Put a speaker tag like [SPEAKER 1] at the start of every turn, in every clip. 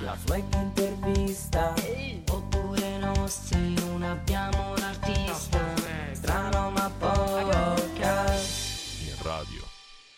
[SPEAKER 1] una flag intervista Oppure no se non abbiamo l'artista Strano ma podcast
[SPEAKER 2] in radio.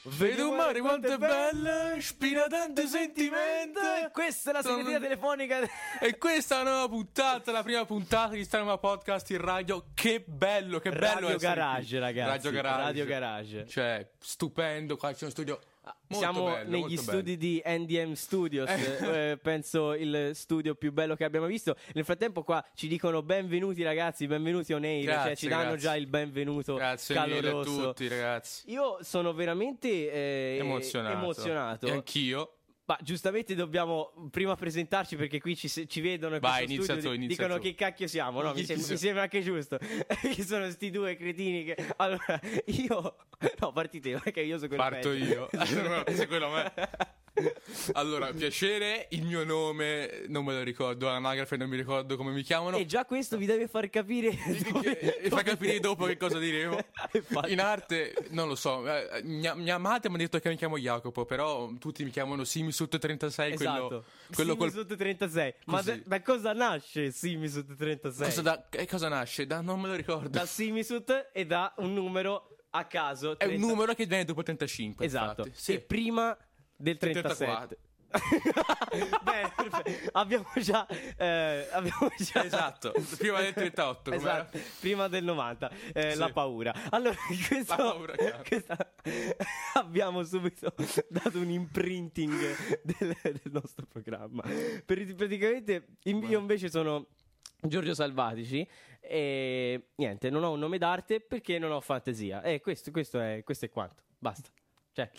[SPEAKER 3] Vedo un mare quanto è bella, spina tanti sentimenti.
[SPEAKER 4] Questa è la segreteria telefonica.
[SPEAKER 3] E questa è una nuova puntata, la prima puntata di Starma Podcast in radio. Che bello, che bello
[SPEAKER 4] Radio
[SPEAKER 3] essere qui.
[SPEAKER 4] Garage, ragazzi.
[SPEAKER 3] Radio Garage.
[SPEAKER 4] Radio Garage.
[SPEAKER 3] Cioè, stupendo, qua c'è uno studio molto
[SPEAKER 4] Ah, Siamo
[SPEAKER 3] bello,
[SPEAKER 4] negli
[SPEAKER 3] molto
[SPEAKER 4] studi di NDM Studios,
[SPEAKER 3] Eh.
[SPEAKER 4] eh, penso il studio più bello che abbiamo visto. Nel frattempo qua ci dicono benvenuti ragazzi, benvenuti Oneir,
[SPEAKER 3] Grazie,
[SPEAKER 4] cioè ci danno
[SPEAKER 3] grazie.
[SPEAKER 4] già il benvenuto
[SPEAKER 3] bello. Grazie mille a
[SPEAKER 4] caloroso.
[SPEAKER 3] tutti, ragazzi.
[SPEAKER 4] Io sono veramente eh,
[SPEAKER 3] Emozionato.
[SPEAKER 4] emozionato.
[SPEAKER 3] E anch'io.
[SPEAKER 4] Ma giustamente dobbiamo prima presentarci perché qui ci, se- ci vedono in
[SPEAKER 3] Vai,
[SPEAKER 4] questo
[SPEAKER 3] inizia
[SPEAKER 4] studio,
[SPEAKER 3] tu,
[SPEAKER 4] di-
[SPEAKER 3] inizia
[SPEAKER 4] dicono
[SPEAKER 3] tu.
[SPEAKER 4] che cacchio siamo, no? Mi,
[SPEAKER 3] Chi
[SPEAKER 4] sem-
[SPEAKER 3] sono?
[SPEAKER 4] mi sembra anche giusto che sono sti due cretini che... Allora, io... No, partite, perché io sono quello
[SPEAKER 3] Parto
[SPEAKER 4] peggio.
[SPEAKER 3] io. Allora, se quello a me. Allora, piacere, il mio nome, non me lo ricordo, anagrafe non mi ricordo come mi chiamano.
[SPEAKER 4] E già questo vi deve far capire... dove-
[SPEAKER 3] E- e fa capire dopo che cosa diremo.
[SPEAKER 4] Infatti.
[SPEAKER 3] In arte, non lo so, eh, mia, mia madre mi ha detto che mi chiamo Jacopo, però tutti mi chiamano Simisut36, quello,
[SPEAKER 4] Esatto,
[SPEAKER 3] quello
[SPEAKER 4] Simi
[SPEAKER 3] col...
[SPEAKER 4] sotto 36. Ma
[SPEAKER 3] Così.
[SPEAKER 4] da, da cosa nasce Simi sotto 36?
[SPEAKER 3] Cosa, da- che cosa nasce? Da- non me lo ricordo.
[SPEAKER 4] Da Simisut e da un numero a caso.
[SPEAKER 3] È un
[SPEAKER 4] 30.
[SPEAKER 3] numero che viene dopo 35,
[SPEAKER 4] Esatto.
[SPEAKER 3] infatti. Sì.
[SPEAKER 4] E prima del
[SPEAKER 3] 34.
[SPEAKER 4] 37. Beh, perfetto. abbiamo già, eh, abbiamo già-
[SPEAKER 3] Esatto. Prima del 38, com'era?
[SPEAKER 4] Esatto. prima del 90, eh,
[SPEAKER 3] Sì.
[SPEAKER 4] la paura. Allora, questo,
[SPEAKER 3] La paura, chiaro.
[SPEAKER 4] questa- abbiamo subito dato un imprinting del, del nostro programma. Per- praticamente, in- io invece sono Giorgio Salvatici e niente, non ho un nome d'arte perché non ho fantasia. E questo, questo è, questo è quanto. Basta. Cioè,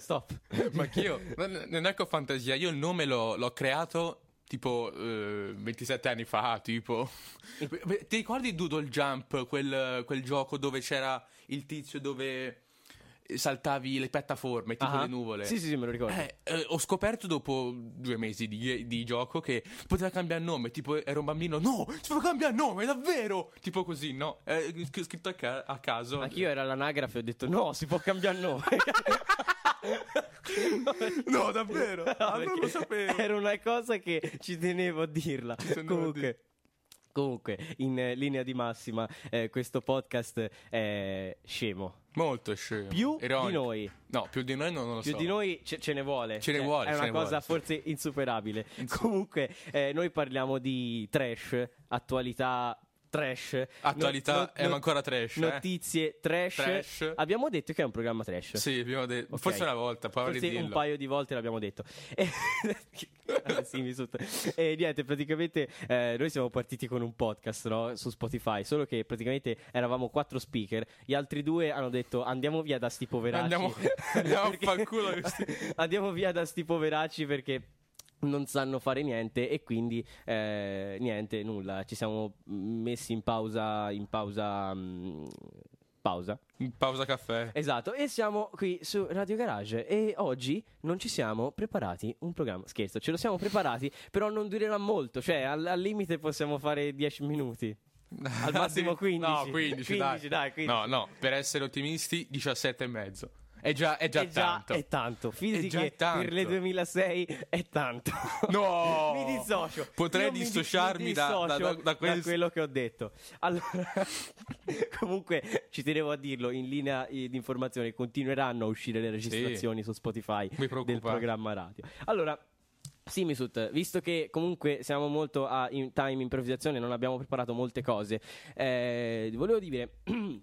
[SPEAKER 4] stop.
[SPEAKER 3] Ma che io non non è che ho fantasia, io il nome l'ho, l'ho creato tipo eh, 27 anni fa, tipo. Ti ricordi Doodle Jump, quel, quel gioco dove c'era il tizio dove saltavi le piattaforme, tipo
[SPEAKER 4] Ah.
[SPEAKER 3] le nuvole?
[SPEAKER 4] Sì, sì, sì, me lo ricordo.
[SPEAKER 3] Eh, eh, ho scoperto dopo due mesi di, di gioco che poteva cambiare nome. Tipo, ero un bambino, no, si può cambiare nome, davvero! Tipo così, no? Eh, sc- scritto a, ca- a caso.
[SPEAKER 4] Anch'io era all'anagrafe e ho detto no, si può cambiare nome.
[SPEAKER 3] No, davvero? Ah, non lo
[SPEAKER 4] Perché
[SPEAKER 3] sapevo.
[SPEAKER 4] Era una cosa che ci tenevo a dirla.
[SPEAKER 3] tenevo a dire.
[SPEAKER 4] Comunque. Comunque, in eh, linea di massima, eh, questo podcast è scemo.
[SPEAKER 3] Molto scemo.
[SPEAKER 4] Più
[SPEAKER 3] Ironico.
[SPEAKER 4] di noi.
[SPEAKER 3] No, più di noi non, non lo
[SPEAKER 4] Più
[SPEAKER 3] so.
[SPEAKER 4] di noi ce, ce ne vuole. Cioè,
[SPEAKER 3] Ce ne vuole,
[SPEAKER 4] È
[SPEAKER 3] ce
[SPEAKER 4] una
[SPEAKER 3] ne
[SPEAKER 4] cosa
[SPEAKER 3] vuole.
[SPEAKER 4] forse insuperabile. Comunque, eh, noi parliamo di trash, attualità trash.
[SPEAKER 3] Attualità,
[SPEAKER 4] not-
[SPEAKER 3] è ancora trash, eh?
[SPEAKER 4] Notizie trash.
[SPEAKER 3] Trash.
[SPEAKER 4] Abbiamo detto che è un programma trash.
[SPEAKER 3] Sì, abbiamo detto.
[SPEAKER 4] Ok.
[SPEAKER 3] Forse una volta, poi di
[SPEAKER 4] Forse
[SPEAKER 3] dirlo.
[SPEAKER 4] un paio di volte l'abbiamo detto. E- Ah, sì, mi sotto- E niente, praticamente eh, noi siamo partiti con un podcast no? su Spotify, solo che praticamente eravamo quattro speaker, gli altri due hanno detto andiamo via da sti poveracci.
[SPEAKER 3] Andiamo- andiamo a
[SPEAKER 4] Perché-
[SPEAKER 3] far culo questi-
[SPEAKER 4] andiamo via da sti poveracci perché... Non sanno fare niente e quindi eh, niente, nulla. Ci siamo messi in pausa. In pausa. mm, pausa.
[SPEAKER 3] Pausa caffè.
[SPEAKER 4] Esatto, e siamo qui su Radio Garage e oggi non ci siamo preparati un programma, scherzo, ce lo siamo preparati, però non durerà molto, cioè al, al limite possiamo fare 10 minuti. Al massimo 15.
[SPEAKER 3] No, 15, dai.
[SPEAKER 4] 15, dai, 15.
[SPEAKER 3] No, no, per essere ottimisti, 17 e mezzo. È già, è già
[SPEAKER 4] è già
[SPEAKER 3] tanto.
[SPEAKER 4] è tanto, fidati
[SPEAKER 3] È già
[SPEAKER 4] che
[SPEAKER 3] tanto.
[SPEAKER 4] per le 2006 è tanto.
[SPEAKER 3] No!
[SPEAKER 4] mi dissocio.
[SPEAKER 3] Potrei
[SPEAKER 4] Io mi dis-
[SPEAKER 3] dissociarmi
[SPEAKER 4] mi
[SPEAKER 3] da- da- da-
[SPEAKER 4] dissocio
[SPEAKER 3] da questo.
[SPEAKER 4] quello che ho detto. Allora, comunque ci tenevo a dirlo in linea eh, di informazione, continueranno a uscire le registrazioni su Spotify
[SPEAKER 3] Mi
[SPEAKER 4] del
[SPEAKER 3] preoccupate.
[SPEAKER 4] programma radio. Allora Simisut, visto che comunque siamo molto a in time improvvisazione, non abbiamo preparato molte cose, eh, volevo dire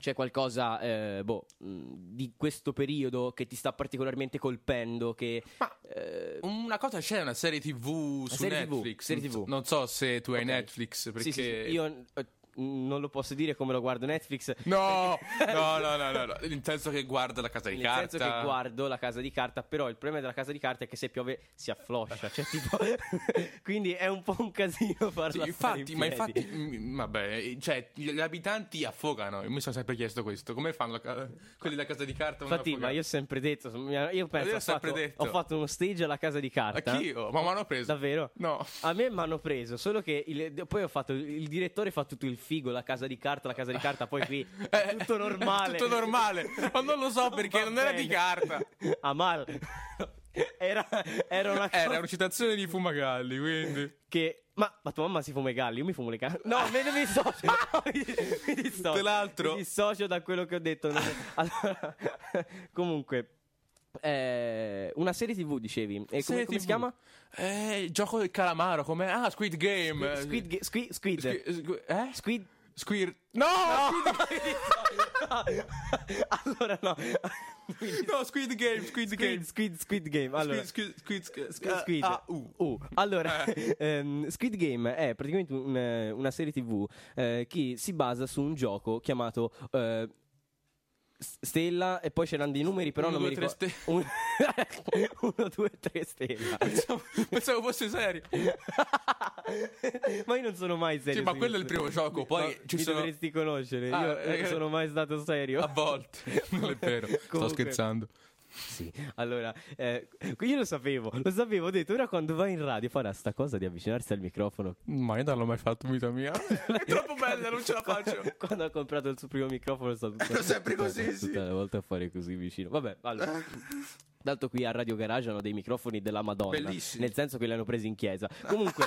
[SPEAKER 4] c'è qualcosa eh, boh, mh, di questo periodo che ti sta particolarmente colpendo, che
[SPEAKER 3] Ma-
[SPEAKER 4] eh,
[SPEAKER 3] Una cosa c'è una serie TV su
[SPEAKER 4] serie TV,
[SPEAKER 3] Netflix.
[SPEAKER 4] serie
[SPEAKER 3] Non
[SPEAKER 4] TV.
[SPEAKER 3] so- Non so se tu hai
[SPEAKER 4] Ok.
[SPEAKER 3] Netflix perché
[SPEAKER 4] Sì, sì, sì, io eh, non lo posso dire come lo guardo Netflix.
[SPEAKER 3] No, no, no, no, no, no. nel senso che guarda la casa di
[SPEAKER 4] Nel
[SPEAKER 3] carta.
[SPEAKER 4] senso che guardo la casa di carta, però il problema della casa di carta è che se piove si affloscia, cioè tipo quindi è un po' un casino farla
[SPEAKER 3] Sì,
[SPEAKER 4] stare
[SPEAKER 3] infatti,
[SPEAKER 4] in
[SPEAKER 3] ma
[SPEAKER 4] piedi.
[SPEAKER 3] infatti, mm, vabbè, cioè, gli gli abitanti affogano. Io mi sono sempre chiesto questo: come fanno la ca- quelli della casa di carta? a non
[SPEAKER 4] Infatti, ma
[SPEAKER 3] affogare?
[SPEAKER 4] io ho sempre detto, io penso
[SPEAKER 3] Io ho
[SPEAKER 4] ho, fatto,
[SPEAKER 3] sempre detto.
[SPEAKER 4] ho fatto uno stage alla casa di carta.
[SPEAKER 3] Anch'io, ma mi hanno preso.
[SPEAKER 4] Davvero?
[SPEAKER 3] No.
[SPEAKER 4] A me mi hanno preso, solo che il- poi ho fatto il direttore fa tutto il figo, la casa di carta, la casa di carta, poi qui
[SPEAKER 3] Eh,
[SPEAKER 4] tutto normale.
[SPEAKER 3] tutto normale, ma non lo so perché
[SPEAKER 4] Va
[SPEAKER 3] non era di
[SPEAKER 4] bene.
[SPEAKER 3] carta.
[SPEAKER 4] Amal. Era, era una cosa
[SPEAKER 3] Era una citazione di Fumagalli, quindi.
[SPEAKER 4] che... Ma, ma tua mamma si fuma i galli, io mi fumo le canne. No, me ne dissocio. mi, mi dissocio.
[SPEAKER 3] Tra l'altro-
[SPEAKER 4] Mi dissocio da quello che ho detto. Non- Allora, comunque, eh, una serie tv dicevi. E come,
[SPEAKER 3] Serie
[SPEAKER 4] come si
[SPEAKER 3] TV.
[SPEAKER 4] chiama?
[SPEAKER 3] Eh, il gioco del calamaro, com'è? Ah, Squid Game.
[SPEAKER 4] Squid, Ga- squid, squid,
[SPEAKER 3] Squid- squid- eh?
[SPEAKER 4] Squid-
[SPEAKER 3] Squid- No!
[SPEAKER 4] allora no.
[SPEAKER 3] No, Squid Game, Squid,
[SPEAKER 4] Squid,
[SPEAKER 3] Game.
[SPEAKER 4] squid, squid Game. Allora,
[SPEAKER 3] Squid, squid, squid,
[SPEAKER 4] Squid, Squid.
[SPEAKER 3] Ah, uh.
[SPEAKER 4] Uh, Allora,
[SPEAKER 3] Eh.
[SPEAKER 4] ehm, Squid Game è praticamente un, eh, una serie tv eh, che si basa su un gioco chiamato eh, S- Stella e poi c'erano dei numeri però
[SPEAKER 3] Uno,
[SPEAKER 4] non mi
[SPEAKER 3] due, tre
[SPEAKER 4] ricordo. 1, 2, 3 Stella.
[SPEAKER 3] Pensavo, pensavo fosse serio.
[SPEAKER 4] ma io non sono mai serio.
[SPEAKER 3] Sì, ma
[SPEAKER 4] su
[SPEAKER 3] quello è il
[SPEAKER 4] questo.
[SPEAKER 3] primo gioco, poi
[SPEAKER 4] Ma
[SPEAKER 3] ci
[SPEAKER 4] mi
[SPEAKER 3] sono-
[SPEAKER 4] dovresti conoscere, io
[SPEAKER 3] Ah,
[SPEAKER 4] non
[SPEAKER 3] eh,
[SPEAKER 4] sono mai stato serio.
[SPEAKER 3] A volte. Non è vero. Sto
[SPEAKER 4] Comunque.
[SPEAKER 3] scherzando.
[SPEAKER 4] Sì, allora, eh, io lo sapevo, lo sapevo, ho detto, ora quando vai in radio farà sta cosa di avvicinarsi al microfono.
[SPEAKER 3] Ma io non l'ho mai fatto in vita mia. È troppo bella, non ce la faccio.
[SPEAKER 4] Quando ha comprato il suo primo microfono è stato
[SPEAKER 3] Ero sempre così,
[SPEAKER 4] tutta,
[SPEAKER 3] sì.
[SPEAKER 4] tutta la volta a fare così vicino. Vabbè, allora... Tanto qui a Radio Garage hanno dei microfoni della Madonna.
[SPEAKER 3] Bellissimi.
[SPEAKER 4] Nel senso che li hanno presi in chiesa. Comunque,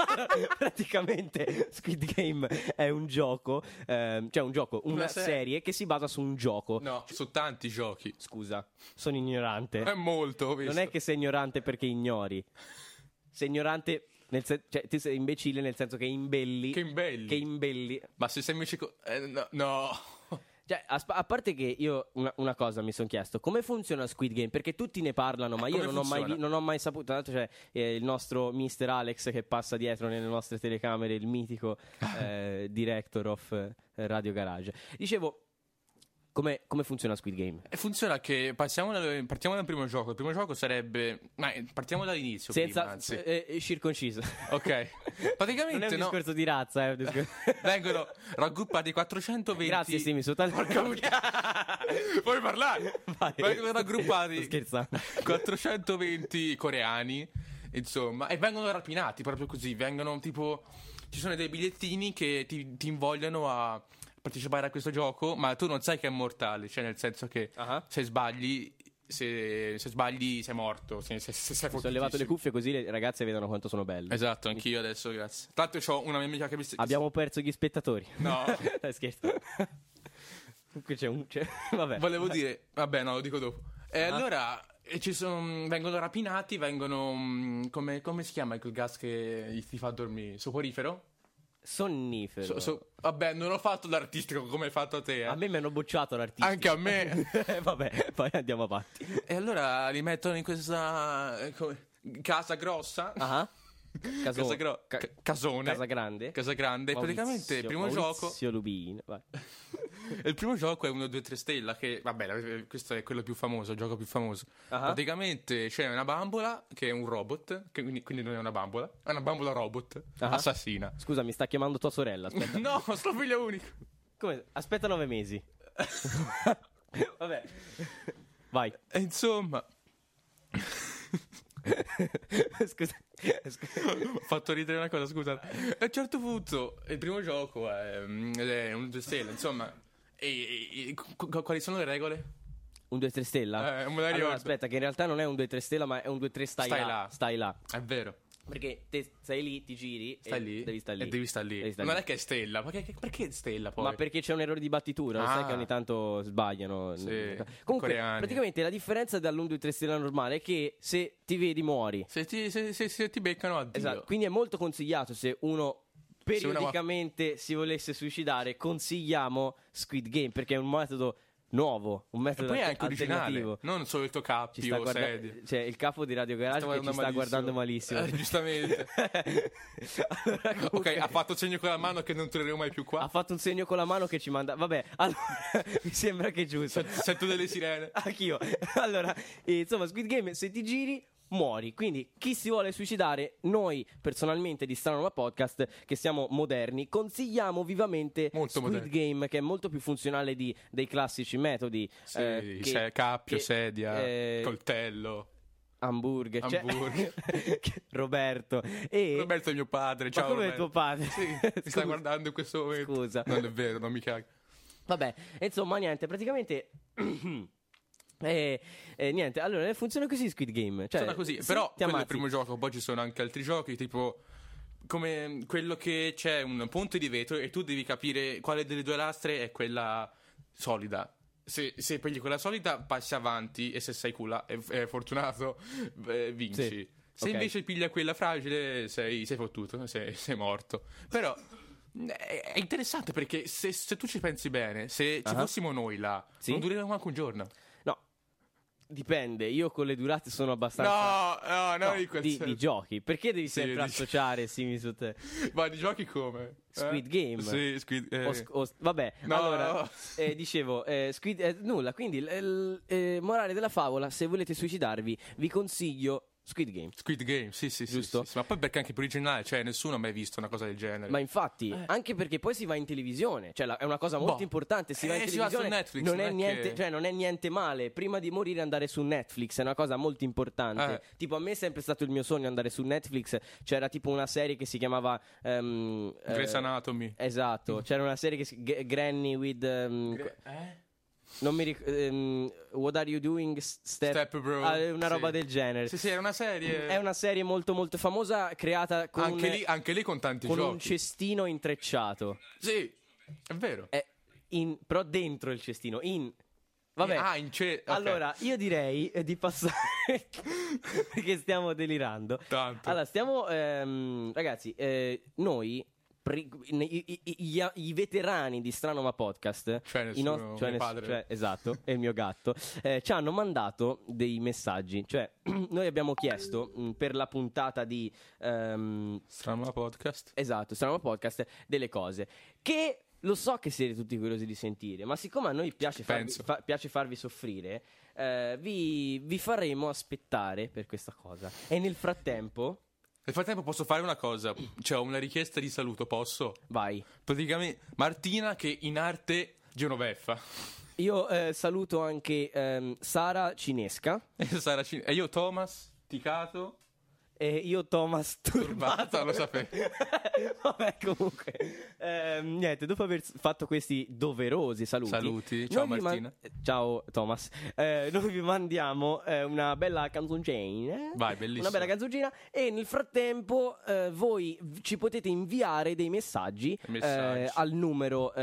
[SPEAKER 4] praticamente Squid Game è un gioco, ehm, cioè un gioco, una,
[SPEAKER 3] Una
[SPEAKER 4] serie.
[SPEAKER 3] serie.
[SPEAKER 4] che si basa su un gioco.
[SPEAKER 3] No, su tanti giochi.
[SPEAKER 4] Scusa, sono ignorante.
[SPEAKER 3] Eh. È molto, ho visto.
[SPEAKER 4] Non è che sei ignorante perché ignori. Sei ignorante nel sen- cioè tu sei imbecille nel senso che imbelli.
[SPEAKER 3] Che imbelli.
[SPEAKER 4] Che imbelli.
[SPEAKER 3] Ma se sei invece... co- eh, no, no.
[SPEAKER 4] Cioè, a, spa- a parte che io una, una cosa mi sono chiesto, come funziona Squid Game? Perché tutti ne parlano, ma
[SPEAKER 3] Eh,
[SPEAKER 4] io
[SPEAKER 3] come
[SPEAKER 4] non ho, mai,
[SPEAKER 3] funziona?
[SPEAKER 4] vi- non ho mai saputo. Tanto c'è eh, il nostro mister Alex che passa dietro nelle nostre telecamere, il mitico
[SPEAKER 3] Ah.
[SPEAKER 4] eh, director of eh, Radio Garage. Dicevo, come, come funziona Squid Game?
[SPEAKER 3] E Eh, Funziona che passiamo dal- partiamo dal primo gioco. Il primo gioco sarebbe... Ma eh, partiamo dall'inizio. prima,
[SPEAKER 4] Senza...
[SPEAKER 3] anzi.
[SPEAKER 4] eh, eh, circonciso.
[SPEAKER 3] Ok. Praticamente,
[SPEAKER 4] Non è un
[SPEAKER 3] no.
[SPEAKER 4] discorso di razza, è un discorso...
[SPEAKER 3] Vengono raggruppati 420...
[SPEAKER 4] Grazie, sì, mi sono tal-
[SPEAKER 3] Porca puttana. Puoi Eh, parlare?
[SPEAKER 4] Vai.
[SPEAKER 3] Vengono
[SPEAKER 4] Sto
[SPEAKER 3] raggruppati
[SPEAKER 4] scherzando.
[SPEAKER 3] 420 coreani, insomma, e vengono rapinati proprio così. Vengono tipo. Ci sono dei bigliettini che ti, ti invogliano a partecipare a questo gioco, ma tu non sai che è mortale, cioè nel senso che
[SPEAKER 4] Ah.
[SPEAKER 3] se sbagli. Se, se sbagli sei morto. Se, se, se sei
[SPEAKER 4] Mi sono levato le
[SPEAKER 3] fortissimo.
[SPEAKER 4] cuffie così le ragazze vedono quanto sono belle.
[SPEAKER 3] Esatto, anch'io adesso, grazie. Tanto ho una mia amica che mi sta.
[SPEAKER 4] Abbiamo perso gli spettatori.
[SPEAKER 3] No.
[SPEAKER 4] Dai, scherzo. Qui c'è un. c'è- Vabbè.
[SPEAKER 3] Volevo dire, vabbè, no, lo dico dopo. E
[SPEAKER 4] Ah.
[SPEAKER 3] allora e ci son- vengono rapinati, vengono. mm, Come, come si chiama quel gas che ti fa dormire? Soporifero?
[SPEAKER 4] Sonnifero.
[SPEAKER 3] So- so- vabbè, non ho fatto l'artistico come hai fatto te. eh.
[SPEAKER 4] Eh, A me mi hanno bocciato l'artista.
[SPEAKER 3] Anche a me.
[SPEAKER 4] Vabbè, poi andiamo avanti.
[SPEAKER 3] e allora li mettono in questa. eh, come- casa grossa.
[SPEAKER 4] Ah. Caso-
[SPEAKER 3] Casa gro-
[SPEAKER 4] ca-
[SPEAKER 3] ca- casone.
[SPEAKER 4] Casa grande.
[SPEAKER 3] Casa grande.
[SPEAKER 4] Maurizio-
[SPEAKER 3] Praticamente il primo
[SPEAKER 4] Maurizio
[SPEAKER 3] gioco.
[SPEAKER 4] Lubin. Vai.
[SPEAKER 3] Il primo gioco è 1, 2, 3 stella, che vabbè, la- questo è quello più famoso, il gioco più famoso.
[SPEAKER 4] Ah.
[SPEAKER 3] Praticamente c'è una bambola che è un robot, che quindi, quindi non è una bambola, è una bambola robot,
[SPEAKER 4] Ah.
[SPEAKER 3] assassina.
[SPEAKER 4] Scusa, mi sta chiamando tua sorella. Aspetta.
[SPEAKER 3] no, sto figlio unico.
[SPEAKER 4] Come? Aspetta nove mesi. Vabbè. Vai.
[SPEAKER 3] E insomma,
[SPEAKER 4] Scusa. Scusa.
[SPEAKER 3] ho fatto ridere una cosa, scusa. A un certo punto, il primo gioco è, mm, è 1, 2 stella, insomma. E, e- e qu- qu- quali sono le regole?
[SPEAKER 4] Un 2-3 stella?
[SPEAKER 3] Eh, me la ricordo.
[SPEAKER 4] allora, aspetta, che in realtà non è un 2-3 stella, ma è un 2-3 stai,
[SPEAKER 3] Stai
[SPEAKER 4] là.
[SPEAKER 3] là.
[SPEAKER 4] Stai là.
[SPEAKER 3] È vero,
[SPEAKER 4] Perché te stai lì, ti giri
[SPEAKER 3] stai
[SPEAKER 4] e
[SPEAKER 3] lì,
[SPEAKER 4] Eh, devi stare lì.
[SPEAKER 3] e devi star lì.
[SPEAKER 4] Devi star
[SPEAKER 3] non
[SPEAKER 4] lì.
[SPEAKER 3] è che è stella, ma che- che- perché è stella poi?
[SPEAKER 4] Ma perché c'è un errore di battitura, lo sai
[SPEAKER 3] Ah.
[SPEAKER 4] che ogni tanto sbagliano.
[SPEAKER 3] Sì,
[SPEAKER 4] Comunque,
[SPEAKER 3] coreani.
[SPEAKER 4] praticamente la differenza dall'1-2-3 stella normale è che se ti vedi muori.
[SPEAKER 3] Se ti, se- se- se ti beccano, addio.
[SPEAKER 4] Esatto. Quindi è molto consigliato se uno
[SPEAKER 3] Se uno-
[SPEAKER 4] periodicamente si volesse suicidare, consigliamo Squid Game perché è un metodo nuovo, un
[SPEAKER 3] E
[SPEAKER 4] metodo
[SPEAKER 3] poi è
[SPEAKER 4] al-
[SPEAKER 3] anche
[SPEAKER 4] alternativo.
[SPEAKER 3] originale, non solo il tuo
[SPEAKER 4] Ci sta
[SPEAKER 3] cappio,
[SPEAKER 4] guarda-
[SPEAKER 3] sedia.
[SPEAKER 4] cioè, il capo di Radio Garage che ci sta guardando malissimo.
[SPEAKER 3] Eh, giustamente.
[SPEAKER 4] Allora,
[SPEAKER 3] ok,
[SPEAKER 4] comunque,
[SPEAKER 3] ha fatto segno con la mano che non torneremo mai più
[SPEAKER 4] ha
[SPEAKER 3] qua.
[SPEAKER 4] fatto un segno con la mano che ci manda. Vabbè, allora, mi sembra che è giusto.
[SPEAKER 3] Sento delle sirene.
[SPEAKER 4] Anch'io. Allora, eh, insomma, Squid Game, se ti giri. Muori, quindi chi si vuole suicidare, noi personalmente di Stranoma Podcast, che siamo moderni, consigliamo vivamente
[SPEAKER 3] Molto
[SPEAKER 4] Squid
[SPEAKER 3] moderni.
[SPEAKER 4] Game, che è molto più funzionale di- dei classici metodi.
[SPEAKER 3] Sì,
[SPEAKER 4] eh, che-
[SPEAKER 3] se- cappio,
[SPEAKER 4] che-
[SPEAKER 3] sedia,
[SPEAKER 4] eh,
[SPEAKER 3] coltello.
[SPEAKER 4] hamburger, cioè-
[SPEAKER 3] Hamburger.
[SPEAKER 4] che- Roberto e
[SPEAKER 3] Roberto è mio padre,
[SPEAKER 4] ma
[SPEAKER 3] ciao
[SPEAKER 4] come
[SPEAKER 3] Roberto.
[SPEAKER 4] tuo padre
[SPEAKER 3] Sì, mi
[SPEAKER 4] Scusa.
[SPEAKER 3] sta guardando in questo momento.
[SPEAKER 4] Scusa.
[SPEAKER 3] Non è vero, non mi cago.
[SPEAKER 4] vabbè insomma niente praticamente E, e eh, niente, allora eh, funziona così Squid Game. Cioè,
[SPEAKER 3] Sono così,
[SPEAKER 4] sì,
[SPEAKER 3] però
[SPEAKER 4] ti
[SPEAKER 3] quello è
[SPEAKER 4] ammazzi.
[SPEAKER 3] il primo gioco, poi ci sono anche altri giochi, tipo come quello che c'è un ponte di vetro e tu devi capire quale delle due lastre è quella solida. Se, se prendi quella solida passi avanti e se sei culla e e fortunato eh, vinci.
[SPEAKER 4] Sì,
[SPEAKER 3] Se
[SPEAKER 4] ok.
[SPEAKER 3] invece piglia quella fragile sei, sei fottuto, sei, sei morto. Però è è interessante perché se, se tu ci pensi bene, se
[SPEAKER 4] Ah.
[SPEAKER 3] ci fossimo noi là,
[SPEAKER 4] Sì?
[SPEAKER 3] non dureremmo neanche un giorno.
[SPEAKER 4] No, dipende. Io con le durate sono abbastanza.
[SPEAKER 3] No, no, no,
[SPEAKER 4] No,
[SPEAKER 3] in quel
[SPEAKER 4] di,
[SPEAKER 3] senso.
[SPEAKER 4] di giochi. Perché devi
[SPEAKER 3] Sì,
[SPEAKER 4] sempre
[SPEAKER 3] di-
[SPEAKER 4] associare simili su te?
[SPEAKER 3] Ma di giochi come? Eh?
[SPEAKER 4] Squid Game.
[SPEAKER 3] Sì, Squid eh.
[SPEAKER 4] O sc- o s- vabbè,
[SPEAKER 3] No.
[SPEAKER 4] allora eh, dicevo, eh, Squid- eh, nulla. Quindi, l- l- eh, morale della favola: se volete suicidarvi, vi consiglio Squid Game.
[SPEAKER 3] Squid Game, sì, sì, sì,
[SPEAKER 4] Giusto?
[SPEAKER 3] sì, sì. Ma poi perché anche per originale, cioè nessuno ha mai visto una cosa del genere.
[SPEAKER 4] Ma infatti, anche perché poi si va in televisione, cioè la- è una cosa molto
[SPEAKER 3] Eh. Boh.
[SPEAKER 4] importante. Si va in
[SPEAKER 3] Eh, si va su
[SPEAKER 4] televisione,
[SPEAKER 3] Netflix,
[SPEAKER 4] non,
[SPEAKER 3] non
[SPEAKER 4] è
[SPEAKER 3] è che-
[SPEAKER 4] niente, cioè, non è niente male. Prima di morire, andare su Netflix è una cosa molto importante.
[SPEAKER 3] Eh.
[SPEAKER 4] Tipo, a me è sempre stato il mio sogno andare su Netflix. C'era tipo una serie che si chiamava ehm, eh,
[SPEAKER 3] Grey's Anatomy.
[SPEAKER 4] Esatto,
[SPEAKER 3] Mm.
[SPEAKER 4] c'era una serie che si G- Granny with. ehm,
[SPEAKER 3] eh?
[SPEAKER 4] non mi ricordo. What are you doing? S- Step,
[SPEAKER 3] Step Bro.
[SPEAKER 4] Ah, una
[SPEAKER 3] sì.
[SPEAKER 4] roba del genere.
[SPEAKER 3] Sì, sì, era una serie.
[SPEAKER 4] È una serie molto, molto famosa. Creata con,
[SPEAKER 3] anche,
[SPEAKER 4] un-
[SPEAKER 3] lì, anche lì con tanti
[SPEAKER 4] con un
[SPEAKER 3] giochi.
[SPEAKER 4] cestino intrecciato.
[SPEAKER 3] Sì, è vero.
[SPEAKER 4] È in- però dentro il cestino, in... Vabbè.
[SPEAKER 3] Ah, in ce- ok.
[SPEAKER 4] Allora, io direi eh, di passare perché stiamo delirando.
[SPEAKER 3] Tanto.
[SPEAKER 4] Allora, stiamo ehm, ragazzi, eh, noi pri- ne- i, i- i- i veterani di Strano Ma Podcast,
[SPEAKER 3] Cioè,
[SPEAKER 4] i
[SPEAKER 3] nessuno,
[SPEAKER 4] nos-
[SPEAKER 3] mio
[SPEAKER 4] cioè ness-
[SPEAKER 3] padre.
[SPEAKER 4] cioè, esatto, e il mio gatto, eh, ci hanno mandato dei messaggi, cioè noi abbiamo chiesto mh, per la puntata di ehm,
[SPEAKER 3] Strano podcast.
[SPEAKER 4] Esatto, sarà un podcast delle cose che lo so che siete tutti curiosi di sentire, ma siccome a noi piace, farvi,
[SPEAKER 3] Penso.
[SPEAKER 4] fa- piace farvi soffrire, eh, vi, vi faremo aspettare per questa cosa. E nel frattempo,
[SPEAKER 3] Nel frattempo posso fare una cosa, cioè ho una richiesta di saluto, posso?
[SPEAKER 4] vai.
[SPEAKER 3] Praticamente Martina che in arte Genoveffa.
[SPEAKER 4] Io eh, saluto anche ehm, Sara Cinesca
[SPEAKER 3] E Sara Cin- e io Thomas Ticato.
[SPEAKER 4] e io Thomas Turbato.
[SPEAKER 3] Turbato, lo sapevo.
[SPEAKER 4] Vabbè, comunque, ehm, niente, dopo aver s- fatto questi doverosi saluti,
[SPEAKER 3] Saluti, ciao
[SPEAKER 4] noi vi man-
[SPEAKER 3] Martina.
[SPEAKER 4] ciao Thomas. Eh, noi vi mandiamo eh, una bella canzoncina.
[SPEAKER 3] Vai, bellissimo.
[SPEAKER 4] Una bella canzoncina. E nel frattempo, eh, voi v- ci potete inviare dei messaggi,
[SPEAKER 3] Messaggi.
[SPEAKER 4] eh, al numero eh,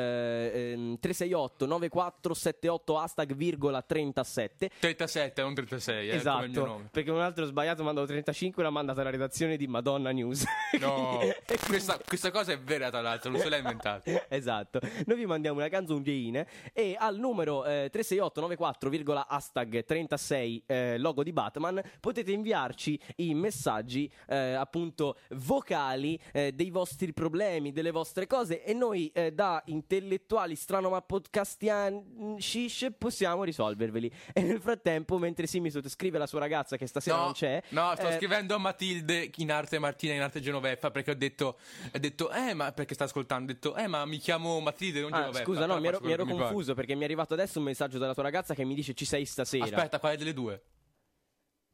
[SPEAKER 4] ehm, 368 9478 hashtag virgola 37.
[SPEAKER 3] 37, non 36, eh, come il mio
[SPEAKER 4] Esatto,
[SPEAKER 3] nome.
[SPEAKER 4] perché un altro sbagliato mandavo 35 l'ha mandata alla redazione di Madonna News.
[SPEAKER 3] No,
[SPEAKER 4] E quindi-
[SPEAKER 3] questa, questa cosa è vera tra l'altro, non se l'ha inventata.
[SPEAKER 4] Esatto, noi vi mandiamo una canzoncina e al numero eh, 36894, hashtag 36 eh, logo di Batman potete inviarci i messaggi eh, appunto vocali eh, dei vostri problemi, delle vostre cose e noi eh, da intellettuali strano ma podcastiani shish, possiamo risolverveli. E nel frattempo mentre Simi sottoscrive la sua ragazza che stasera non c'è,
[SPEAKER 3] no, sto
[SPEAKER 4] eh,
[SPEAKER 3] scrivendo a Matilde in arte Martina, in arte Genoveffa, perché ho detto, ho detto, eh, ma perché sta ascoltando? Ho detto, eh, ma mi chiamo Matilde, non
[SPEAKER 4] Ah,
[SPEAKER 3] Genoveffa.
[SPEAKER 4] scusa, no,
[SPEAKER 3] però
[SPEAKER 4] mi ero,
[SPEAKER 3] faccio
[SPEAKER 4] mi ero
[SPEAKER 3] quello che mi
[SPEAKER 4] confuso perché mi è arrivato adesso un messaggio dalla tua ragazza che mi dice ci sei stasera.
[SPEAKER 3] pare. Aspetta, quale delle due?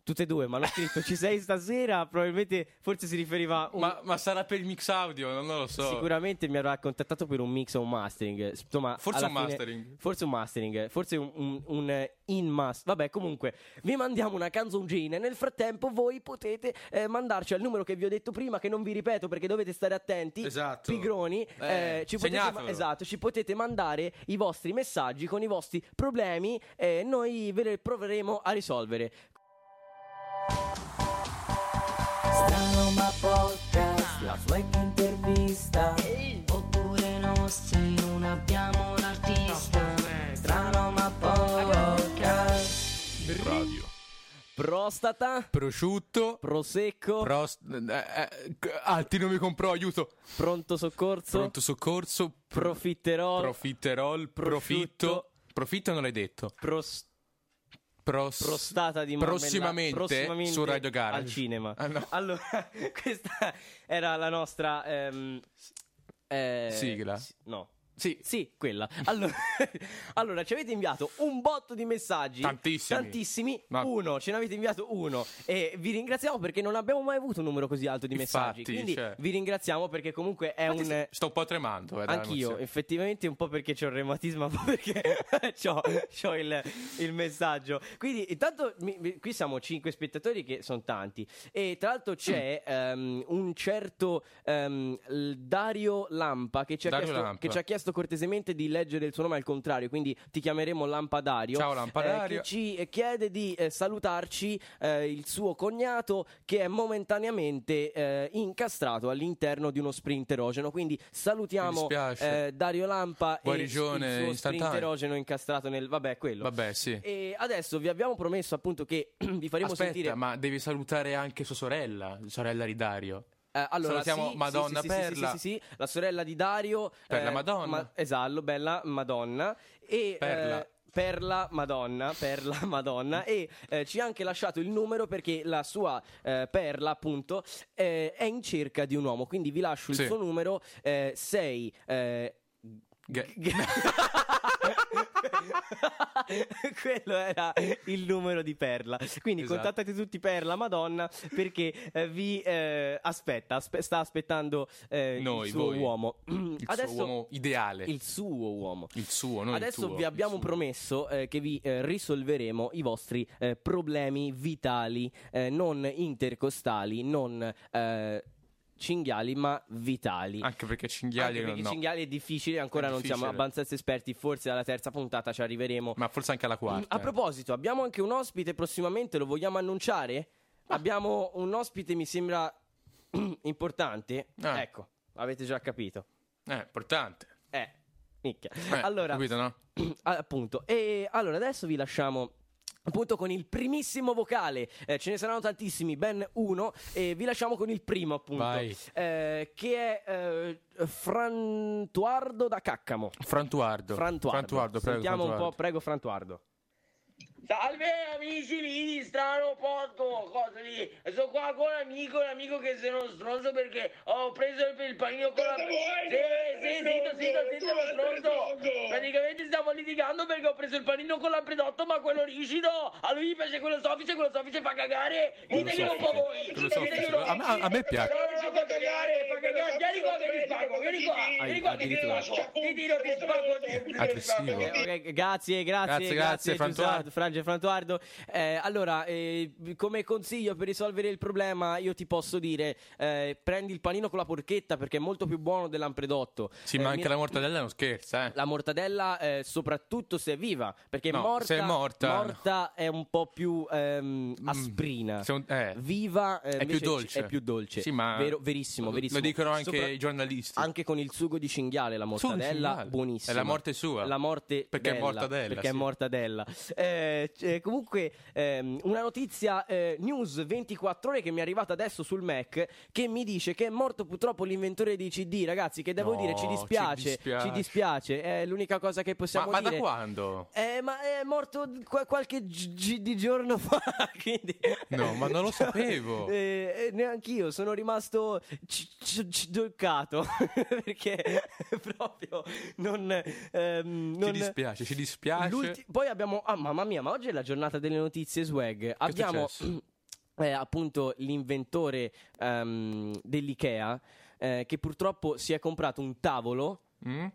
[SPEAKER 4] Tutte e due, ma l'ho scritto ci sei stasera, probabilmente forse si riferiva a un-
[SPEAKER 3] Ma, ma sarà per il mix audio, non non lo so.
[SPEAKER 4] Sicuramente mi avrà contattato per un mix o un mastering. S- Insomma,
[SPEAKER 3] Forse
[SPEAKER 4] alla
[SPEAKER 3] un
[SPEAKER 4] fine-
[SPEAKER 3] mastering.
[SPEAKER 4] Forse un mastering, forse un, un- un, eh, in mas. Vabbè, comunque, vi mandiamo una canzoncina. Nel frattempo, voi potete eh, mandarci al numero che vi ho detto prima, che non vi ripeto perché dovete stare attenti.
[SPEAKER 3] Esatto.
[SPEAKER 4] Pigroni,
[SPEAKER 3] Eh,
[SPEAKER 4] eh, ci, potete, ma-
[SPEAKER 3] segnatevelo.
[SPEAKER 4] esatto, ci potete mandare i vostri messaggi con i vostri problemi e noi ve li proveremo a risolvere.
[SPEAKER 1] Strano ma podcast, la sua intervista Oppure no se non abbiamo un artista Strano ma podcast
[SPEAKER 3] Radio.
[SPEAKER 4] Prostata,
[SPEAKER 3] Prosciutto.
[SPEAKER 4] prosecco,
[SPEAKER 3] Pros- eh, eh, c- alti nomi con pro, aiuto.
[SPEAKER 4] pronto soccorso.
[SPEAKER 3] Pronto soccorso. pr-
[SPEAKER 4] Profiterò.
[SPEAKER 3] profiterol. Profitto.
[SPEAKER 4] Prosciutto.
[SPEAKER 3] Profitto non l'hai detto.
[SPEAKER 4] pros-
[SPEAKER 3] Pros-
[SPEAKER 4] prostata di marmellata
[SPEAKER 3] prossimamente, su Radio Garage
[SPEAKER 4] al cinema.
[SPEAKER 3] Ah, no.
[SPEAKER 4] Allora, questa era la nostra ehm, eh,
[SPEAKER 3] Sigla.
[SPEAKER 4] si- no.
[SPEAKER 3] Sì.
[SPEAKER 4] Sì, quella. Allora, allora, ci avete inviato un botto di messaggi.
[SPEAKER 3] Tantissimi.
[SPEAKER 4] Tantissimi.
[SPEAKER 3] Ma-
[SPEAKER 4] Uno, ce ne avete inviato uno. E vi ringraziamo perché non abbiamo mai avuto un numero così alto di messaggi.
[SPEAKER 3] Infatti,
[SPEAKER 4] Quindi
[SPEAKER 3] cioè.
[SPEAKER 4] vi ringraziamo perché comunque è
[SPEAKER 3] Infatti
[SPEAKER 4] un...
[SPEAKER 3] sto- Sto un po' tremando. eh, dalla
[SPEAKER 4] Anch'io,
[SPEAKER 3] emozione.
[SPEAKER 4] effettivamente, un po' perché c'ho il reumatismo, un po' perché c'ho, c'ho il, il messaggio. Quindi, intanto, mi- mi- qui siamo cinque spettatori che sono tanti. E tra l'altro
[SPEAKER 3] Mm.
[SPEAKER 4] c'è ehm, un certo ehm, l- Dario Lampa che ci, ha
[SPEAKER 3] Dario
[SPEAKER 4] chiesto,
[SPEAKER 3] Lampa.
[SPEAKER 4] che ci ha chiesto cortesemente di leggere il suo nome al contrario. Quindi ti chiameremo Lampa Dario.
[SPEAKER 3] Ciao, Lampa Dario.
[SPEAKER 4] che ci eh, chiede di eh, salutarci eh, il suo cognato che è momentaneamente eh, incastrato all'interno di uno sprint erogeno. Quindi salutiamo
[SPEAKER 3] Mi dispiace.
[SPEAKER 4] eh, Dario Lampa
[SPEAKER 3] Guarigione
[SPEAKER 4] e il suo sprint
[SPEAKER 3] istantaneo.
[SPEAKER 4] erogeno incastrato nel... Vabbè, quello.
[SPEAKER 3] Vabbè, sì.
[SPEAKER 4] E adesso vi abbiamo promesso appunto che vi faremo
[SPEAKER 3] Aspetta,
[SPEAKER 4] sentire...
[SPEAKER 3] ma devi salutare anche sua sorella, sorella di Dario.
[SPEAKER 4] Eh, allora,
[SPEAKER 3] Salutiamo
[SPEAKER 4] sì,
[SPEAKER 3] Madonna
[SPEAKER 4] sì, sì, sì,
[SPEAKER 3] Perla.
[SPEAKER 4] Sì, sì, sì, la sorella di Dario. eh,
[SPEAKER 3] Perla Madonna.
[SPEAKER 4] esatto, bella Madonna. E,
[SPEAKER 3] Perla.
[SPEAKER 4] eh, Perla Madonna, Perla Madonna e eh, ci ha anche lasciato il numero perché la sua eh, Perla appunto eh, è in cerca di un uomo, quindi vi lascio il
[SPEAKER 3] Sì.
[SPEAKER 4] suo numero eh, 6
[SPEAKER 3] Ghe-
[SPEAKER 4] Quello era il numero di Perla. Quindi
[SPEAKER 3] Esatto.
[SPEAKER 4] contattate tutti Perla Madonna perché eh, vi eh, aspetta, aspe- sta aspettando eh,
[SPEAKER 3] Noi,
[SPEAKER 4] il suo
[SPEAKER 3] voi.
[SPEAKER 4] uomo.
[SPEAKER 3] Il
[SPEAKER 4] Adesso
[SPEAKER 3] suo uomo ideale.
[SPEAKER 4] il suo uomo.
[SPEAKER 3] Il suo, non il
[SPEAKER 4] Adesso
[SPEAKER 3] tuo,
[SPEAKER 4] vi
[SPEAKER 3] il
[SPEAKER 4] abbiamo
[SPEAKER 3] suo.
[SPEAKER 4] promesso eh, che vi eh, risolveremo i vostri eh, problemi vitali, eh, non intercostali, non eh, cinghiali, ma vitali.
[SPEAKER 3] Anche
[SPEAKER 4] Anche
[SPEAKER 3] perché Ah, cinghiali
[SPEAKER 4] perché
[SPEAKER 3] non no.
[SPEAKER 4] cinghiali è difficile, ancora
[SPEAKER 3] È
[SPEAKER 4] non siamo
[SPEAKER 3] difficile.
[SPEAKER 4] abbastanza esperti, forse alla terza puntata ci arriveremo.
[SPEAKER 3] Ma forse anche alla quarta.
[SPEAKER 4] A proposito, abbiamo anche un ospite prossimamente, lo vogliamo annunciare?
[SPEAKER 3] Ah.
[SPEAKER 4] Abbiamo un ospite, mi sembra importante.
[SPEAKER 3] Ah.
[SPEAKER 4] Ecco, avete già capito.
[SPEAKER 3] Eh, importante.
[SPEAKER 4] Eh, minchia.
[SPEAKER 3] Eh,
[SPEAKER 4] allora,
[SPEAKER 3] Capito, no?
[SPEAKER 4] appunto, e allora adesso vi lasciamo. Appunto con il primissimo vocale, Eh, ce ne saranno tantissimi, ben uno, e vi lasciamo con il primo appunto,
[SPEAKER 3] Vai.
[SPEAKER 4] eh, che è eh, Frantuardo da Caccamo.
[SPEAKER 3] Frantuardo.
[SPEAKER 4] Frantuardo,
[SPEAKER 3] prego,
[SPEAKER 4] sentiamo un po',
[SPEAKER 3] Frantuardo.
[SPEAKER 4] prego Frantuardo.
[SPEAKER 2] Salve amici miei di strano porto, cosa lì? Sono qua con l'amico, l'amico che se non stronzo perché ho preso il, il panino con la...
[SPEAKER 5] Cosa vuoi?
[SPEAKER 2] Sì, sì, zitto, zitto, zitto,
[SPEAKER 5] Tu
[SPEAKER 2] lo
[SPEAKER 5] sei
[SPEAKER 2] stronzo!
[SPEAKER 5] stronzo.
[SPEAKER 2] Praticamente stiamo litigando perché ho preso il panino con l'appredotto ma quello rigido! A lui gli piace quello soffice, quello soffice fa cagare! Ditegelo un po' voi!
[SPEAKER 3] Quello soffice, quello- a me- a- a me piace.
[SPEAKER 2] No, no, no, fa cagare, fa cagare! Vieni qua che ti spago, vieni qua! Vieni qua che ti
[SPEAKER 4] addirittura.
[SPEAKER 2] spago! Ti tiro, ti spago! ti-
[SPEAKER 3] Aggressivo.
[SPEAKER 4] Eh, ok, grazie, grazie, grazie,
[SPEAKER 3] Grazie, grazie, Frantuardo.
[SPEAKER 4] Giuseppe- Frange Frantuardo. Eh, allora, eh, come consiglio per risolvere il problema, io ti posso dire: eh, prendi il panino con la porchetta perché è molto più buono dell'ampredotto.
[SPEAKER 3] Sì,
[SPEAKER 4] Eh,
[SPEAKER 3] ma
[SPEAKER 4] mi-
[SPEAKER 3] anche la mortadella non scherza, eh.
[SPEAKER 4] la mortadella, eh, soprattutto se è viva, perché
[SPEAKER 3] No,
[SPEAKER 4] morta,
[SPEAKER 3] se è morta-
[SPEAKER 4] morta è un po' più ehm, asprina.
[SPEAKER 3] se un- eh.
[SPEAKER 4] Viva eh,
[SPEAKER 3] È più
[SPEAKER 4] invece c-
[SPEAKER 3] dolce.
[SPEAKER 4] È più dolce.
[SPEAKER 3] Sì, ma-
[SPEAKER 4] Vero- verissimo,
[SPEAKER 3] Lo- lo
[SPEAKER 4] verissimo.
[SPEAKER 3] dicono anche
[SPEAKER 4] Sopra-
[SPEAKER 3] i giornalisti.
[SPEAKER 4] Anche con il sugo di cinghiale, la
[SPEAKER 3] Sugo di
[SPEAKER 4] mortadella,
[SPEAKER 3] cinghiale.
[SPEAKER 4] buonissima.
[SPEAKER 3] È la morte sua.
[SPEAKER 4] La morte
[SPEAKER 3] Perché è
[SPEAKER 4] bella,
[SPEAKER 3] mortadella,
[SPEAKER 4] Perché è
[SPEAKER 3] sì.
[SPEAKER 4] mortadella. Eh, c- eh, comunque, ehm, una notizia eh, news 24 ore che mi è arrivata adesso sul Mac che mi dice che è morto purtroppo l'inventore di CD, ragazzi, che devo
[SPEAKER 3] No,
[SPEAKER 4] dire ci
[SPEAKER 3] ci
[SPEAKER 4] dispiace, ci dispiace,
[SPEAKER 3] dispiace.
[SPEAKER 4] è l'unica cosa che
[SPEAKER 3] Ma,
[SPEAKER 4] possiamo
[SPEAKER 3] ma da
[SPEAKER 4] dire.
[SPEAKER 3] quando?
[SPEAKER 4] Eh, ma è morto qua- qualche gi- gi- di giorno fa, quindi...
[SPEAKER 3] No, ma non lo sapevo.
[SPEAKER 4] Eh, eh, neanch'io, sono rimasto c- c- c- toccato, perché proprio non... ehm, non-
[SPEAKER 3] Ci dispiace, ci dispiace.
[SPEAKER 4] L'ulti- Poi abbiamo. Ah, mamma mia, ma oggi è la giornata delle notizie swag. Abbiamo
[SPEAKER 3] successo?
[SPEAKER 4] eh, appunto l'inventore ehm, dell'IKEA eh, che purtroppo si è comprato un tavolo
[SPEAKER 3] Mm?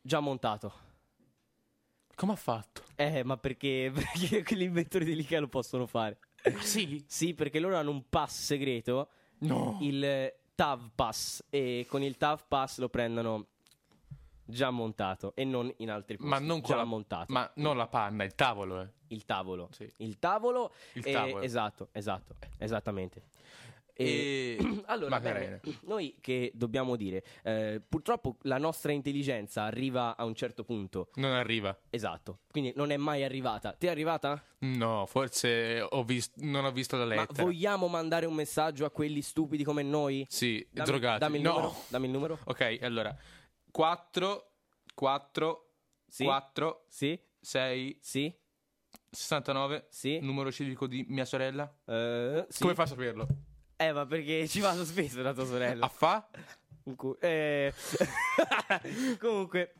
[SPEAKER 4] già montato.
[SPEAKER 3] Come ha fatto?
[SPEAKER 4] Eh, ma perché, perché quegli inventori dell'IKEA lo possono fare?
[SPEAKER 3] sì?
[SPEAKER 4] Sì, perché loro hanno un pass segreto,
[SPEAKER 3] No.
[SPEAKER 4] il TAV Pass, e con il TAV Pass lo prendono già montato e non in altri posti.
[SPEAKER 3] Ma non
[SPEAKER 4] già
[SPEAKER 3] con la,
[SPEAKER 4] montato.
[SPEAKER 3] Ma non la panna, il tavolo, eh.
[SPEAKER 4] Il tavolo.
[SPEAKER 3] Sì.
[SPEAKER 4] Il tavolo.
[SPEAKER 3] Il
[SPEAKER 4] eh,
[SPEAKER 3] tavolo.
[SPEAKER 4] Esatto, esatto, esattamente. E-
[SPEAKER 3] E-
[SPEAKER 4] Eh, allora,
[SPEAKER 3] Macarena.
[SPEAKER 4] bene, noi che dobbiamo dire? Eh, purtroppo la nostra intelligenza arriva a un certo punto,
[SPEAKER 3] Non arriva.
[SPEAKER 4] esatto, quindi non è mai arrivata. Ti è arrivata?
[SPEAKER 3] No, forse ho vis- non ho visto la lettera.
[SPEAKER 4] Ma vogliamo mandare un messaggio a quelli stupidi come noi?
[SPEAKER 3] Sì,
[SPEAKER 4] Dammi-
[SPEAKER 3] drogati.
[SPEAKER 4] Dammi il
[SPEAKER 3] no.
[SPEAKER 4] numero. Dammi il numero.
[SPEAKER 3] Ok, allora. 4, 4,
[SPEAKER 4] Sì.
[SPEAKER 3] 4,
[SPEAKER 4] Sì,
[SPEAKER 3] 6,
[SPEAKER 4] sì,
[SPEAKER 3] 69.
[SPEAKER 4] Sì.
[SPEAKER 3] Numero civico di mia sorella.
[SPEAKER 4] eh, sì.
[SPEAKER 3] Come fa a saperlo?
[SPEAKER 4] Eh, ma perché ci
[SPEAKER 3] Ah.
[SPEAKER 4] vado spesso da tua sorella.
[SPEAKER 3] A fa?
[SPEAKER 4] Un cu- eh. Comunque,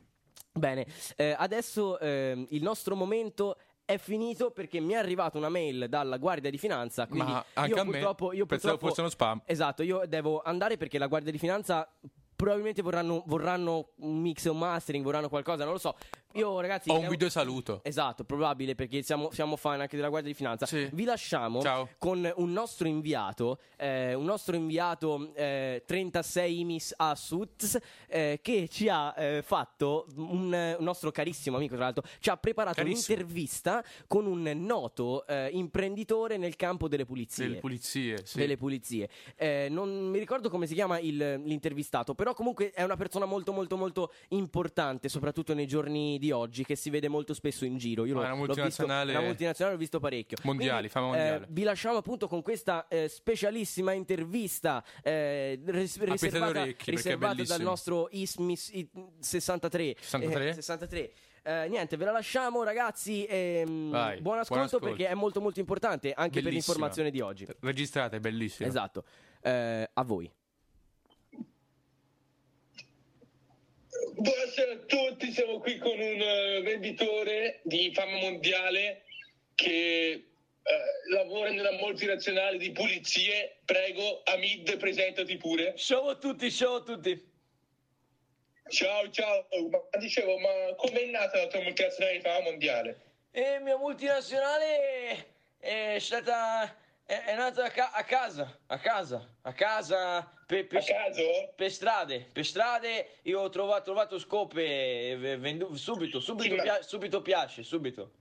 [SPEAKER 4] Bene, eh, adesso ehm, il nostro momento è finito perché mi è arrivata una mail dalla Guardia di Finanza. Quindi
[SPEAKER 3] Ma anche
[SPEAKER 4] io
[SPEAKER 3] a me,
[SPEAKER 4] purtroppo, io
[SPEAKER 3] pensavo
[SPEAKER 4] purtroppo-
[SPEAKER 3] fosse uno spam.
[SPEAKER 4] Esatto, io devo andare perché la Guardia di Finanza probabilmente vorranno, vorranno un mix e un mastering, vorranno qualcosa, non lo so. Io ragazzi...
[SPEAKER 3] Ho un
[SPEAKER 4] devo-
[SPEAKER 3] video saluto.
[SPEAKER 4] Esatto, probabile perché siamo, siamo fan anche della Guardia di Finanza.
[SPEAKER 3] Sì.
[SPEAKER 4] Vi lasciamo
[SPEAKER 3] Ciao.
[SPEAKER 4] con un nostro inviato, eh, un nostro inviato eh, 36 Miss Assuts, eh, che ci ha eh, fatto un, eh, un nostro carissimo amico, tra l'altro, ci ha preparato
[SPEAKER 3] Carissimo.
[SPEAKER 4] un'intervista con un noto eh, imprenditore nel campo delle pulizie.
[SPEAKER 3] Delle pulizie, sì.
[SPEAKER 4] Delle pulizie. Eh, non mi ricordo come si chiama il- l'intervistato, però comunque è una persona molto molto molto importante, soprattutto nei giorni di oggi, che si vede molto spesso in giro. Io
[SPEAKER 3] Ma
[SPEAKER 4] l'ho-
[SPEAKER 3] è una
[SPEAKER 4] l'ho visto-
[SPEAKER 3] multinazionale-
[SPEAKER 4] una multinazionale l'ho visto parecchio.
[SPEAKER 3] Mondiali,
[SPEAKER 4] Quindi,
[SPEAKER 3] fama mondiale.
[SPEAKER 4] eh, vi lasciamo appunto con questa eh, specialissima intervista eh, ris-
[SPEAKER 3] Aprite le
[SPEAKER 4] riservata,
[SPEAKER 3] orecchie, perché è
[SPEAKER 4] riservata dal
[SPEAKER 3] bellissimo.
[SPEAKER 4] nostro Ismis i- 63.
[SPEAKER 3] 63?
[SPEAKER 4] Eh, 63. Eh, niente, ve la lasciamo ragazzi. ehm,
[SPEAKER 3] Vai,
[SPEAKER 4] buon
[SPEAKER 3] buon
[SPEAKER 4] ascolto
[SPEAKER 3] ascolto.
[SPEAKER 4] perché è molto molto importante anche per
[SPEAKER 3] Bellissima.
[SPEAKER 4] l'informazione di oggi.
[SPEAKER 3] Registrate, bellissimo.
[SPEAKER 4] Esatto. Eh, a voi.
[SPEAKER 2] Buonasera a tutti, siamo qui con un eh, venditore di fama mondiale che eh, lavora nella multinazionale di pulizie. Prego, Amid, presentati pure.
[SPEAKER 5] Ciao a tutti, ciao a tutti.
[SPEAKER 2] Ciao, ciao. Ma dicevo, ma com'è nata la tua multinazionale di fama mondiale?
[SPEAKER 5] E mia multinazionale è stata. è, è nata a, ca- a casa, a casa, a casa, per,
[SPEAKER 2] A
[SPEAKER 5] per-
[SPEAKER 2] caso?
[SPEAKER 5] per strade, per strade. Io ho trovato, trovato scope e v- vendu- subito, subito,
[SPEAKER 2] Sì, ma-
[SPEAKER 5] pia- subito piace, subito.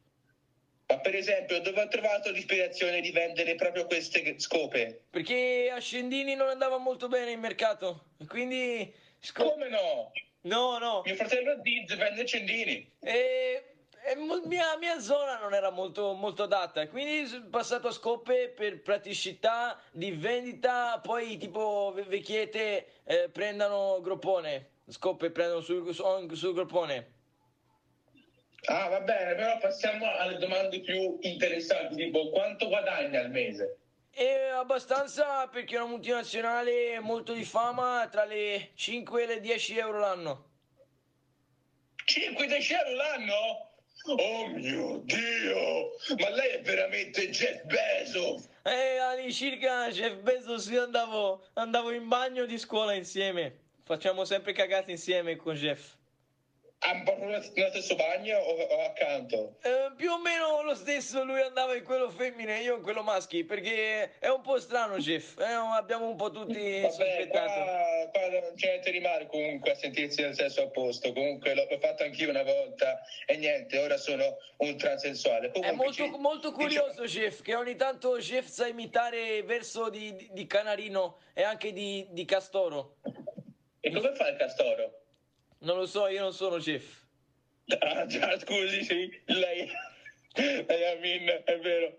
[SPEAKER 2] Ma per esempio, dove ha trovato l'ispirazione di vendere proprio queste scope?
[SPEAKER 5] Perché a Scendini non andava molto bene in mercato, e quindi. sco-
[SPEAKER 2] Come no?
[SPEAKER 5] no, no.
[SPEAKER 2] Mio fratello Diz vende cendini.
[SPEAKER 5] E, e mo- mia, mia zona non era molto, molto adatta, quindi sono passato a scoppe per praticità di vendita, poi tipo ve- vecchiette eh, prendano groppone, scoppe prendono sul, su- sul groppone.
[SPEAKER 2] Ah, va bene, però passiamo alle domande più interessanti, tipo quanto guadagna al mese?
[SPEAKER 5] E abbastanza perché è una multinazionale molto di fama, tra le 5 e le 10 euro l'anno.
[SPEAKER 2] 5 decimi l'anno? Oh mio Dio! Ma lei è veramente Jeff Bezos!
[SPEAKER 5] E all'incirca Jeff Bezos io andavo, andavo in bagno di scuola insieme. Facciamo sempre cagate insieme con Jeff.
[SPEAKER 2] Ha proprio nello stesso bagno o, o accanto?
[SPEAKER 5] Eh, più o meno lo stesso, lui andava in quello femmine e io in quello maschi, perché è un po' strano, Jeff. Eh, abbiamo un po' tutti
[SPEAKER 2] Vabbè,
[SPEAKER 5] sospettato.
[SPEAKER 2] qua, qua non c'è niente di male comunque a sentirsi nel sesso opposto. Comunque l'ho l'ho fatto anch'io una volta e niente, ora sono un
[SPEAKER 5] È
[SPEAKER 2] transensuale. Comunque
[SPEAKER 5] molto,
[SPEAKER 2] ci-
[SPEAKER 5] molto
[SPEAKER 2] diciamo-
[SPEAKER 5] curioso, Jeff, che ogni tanto Jeff sa imitare verso di, di- di Canarino e anche di, di Castoro.
[SPEAKER 2] E come fa il castoro?
[SPEAKER 5] Non lo so, io non sono Jeff.
[SPEAKER 2] Ah, già, scusi, sì, lei, lei è Amin, è vero.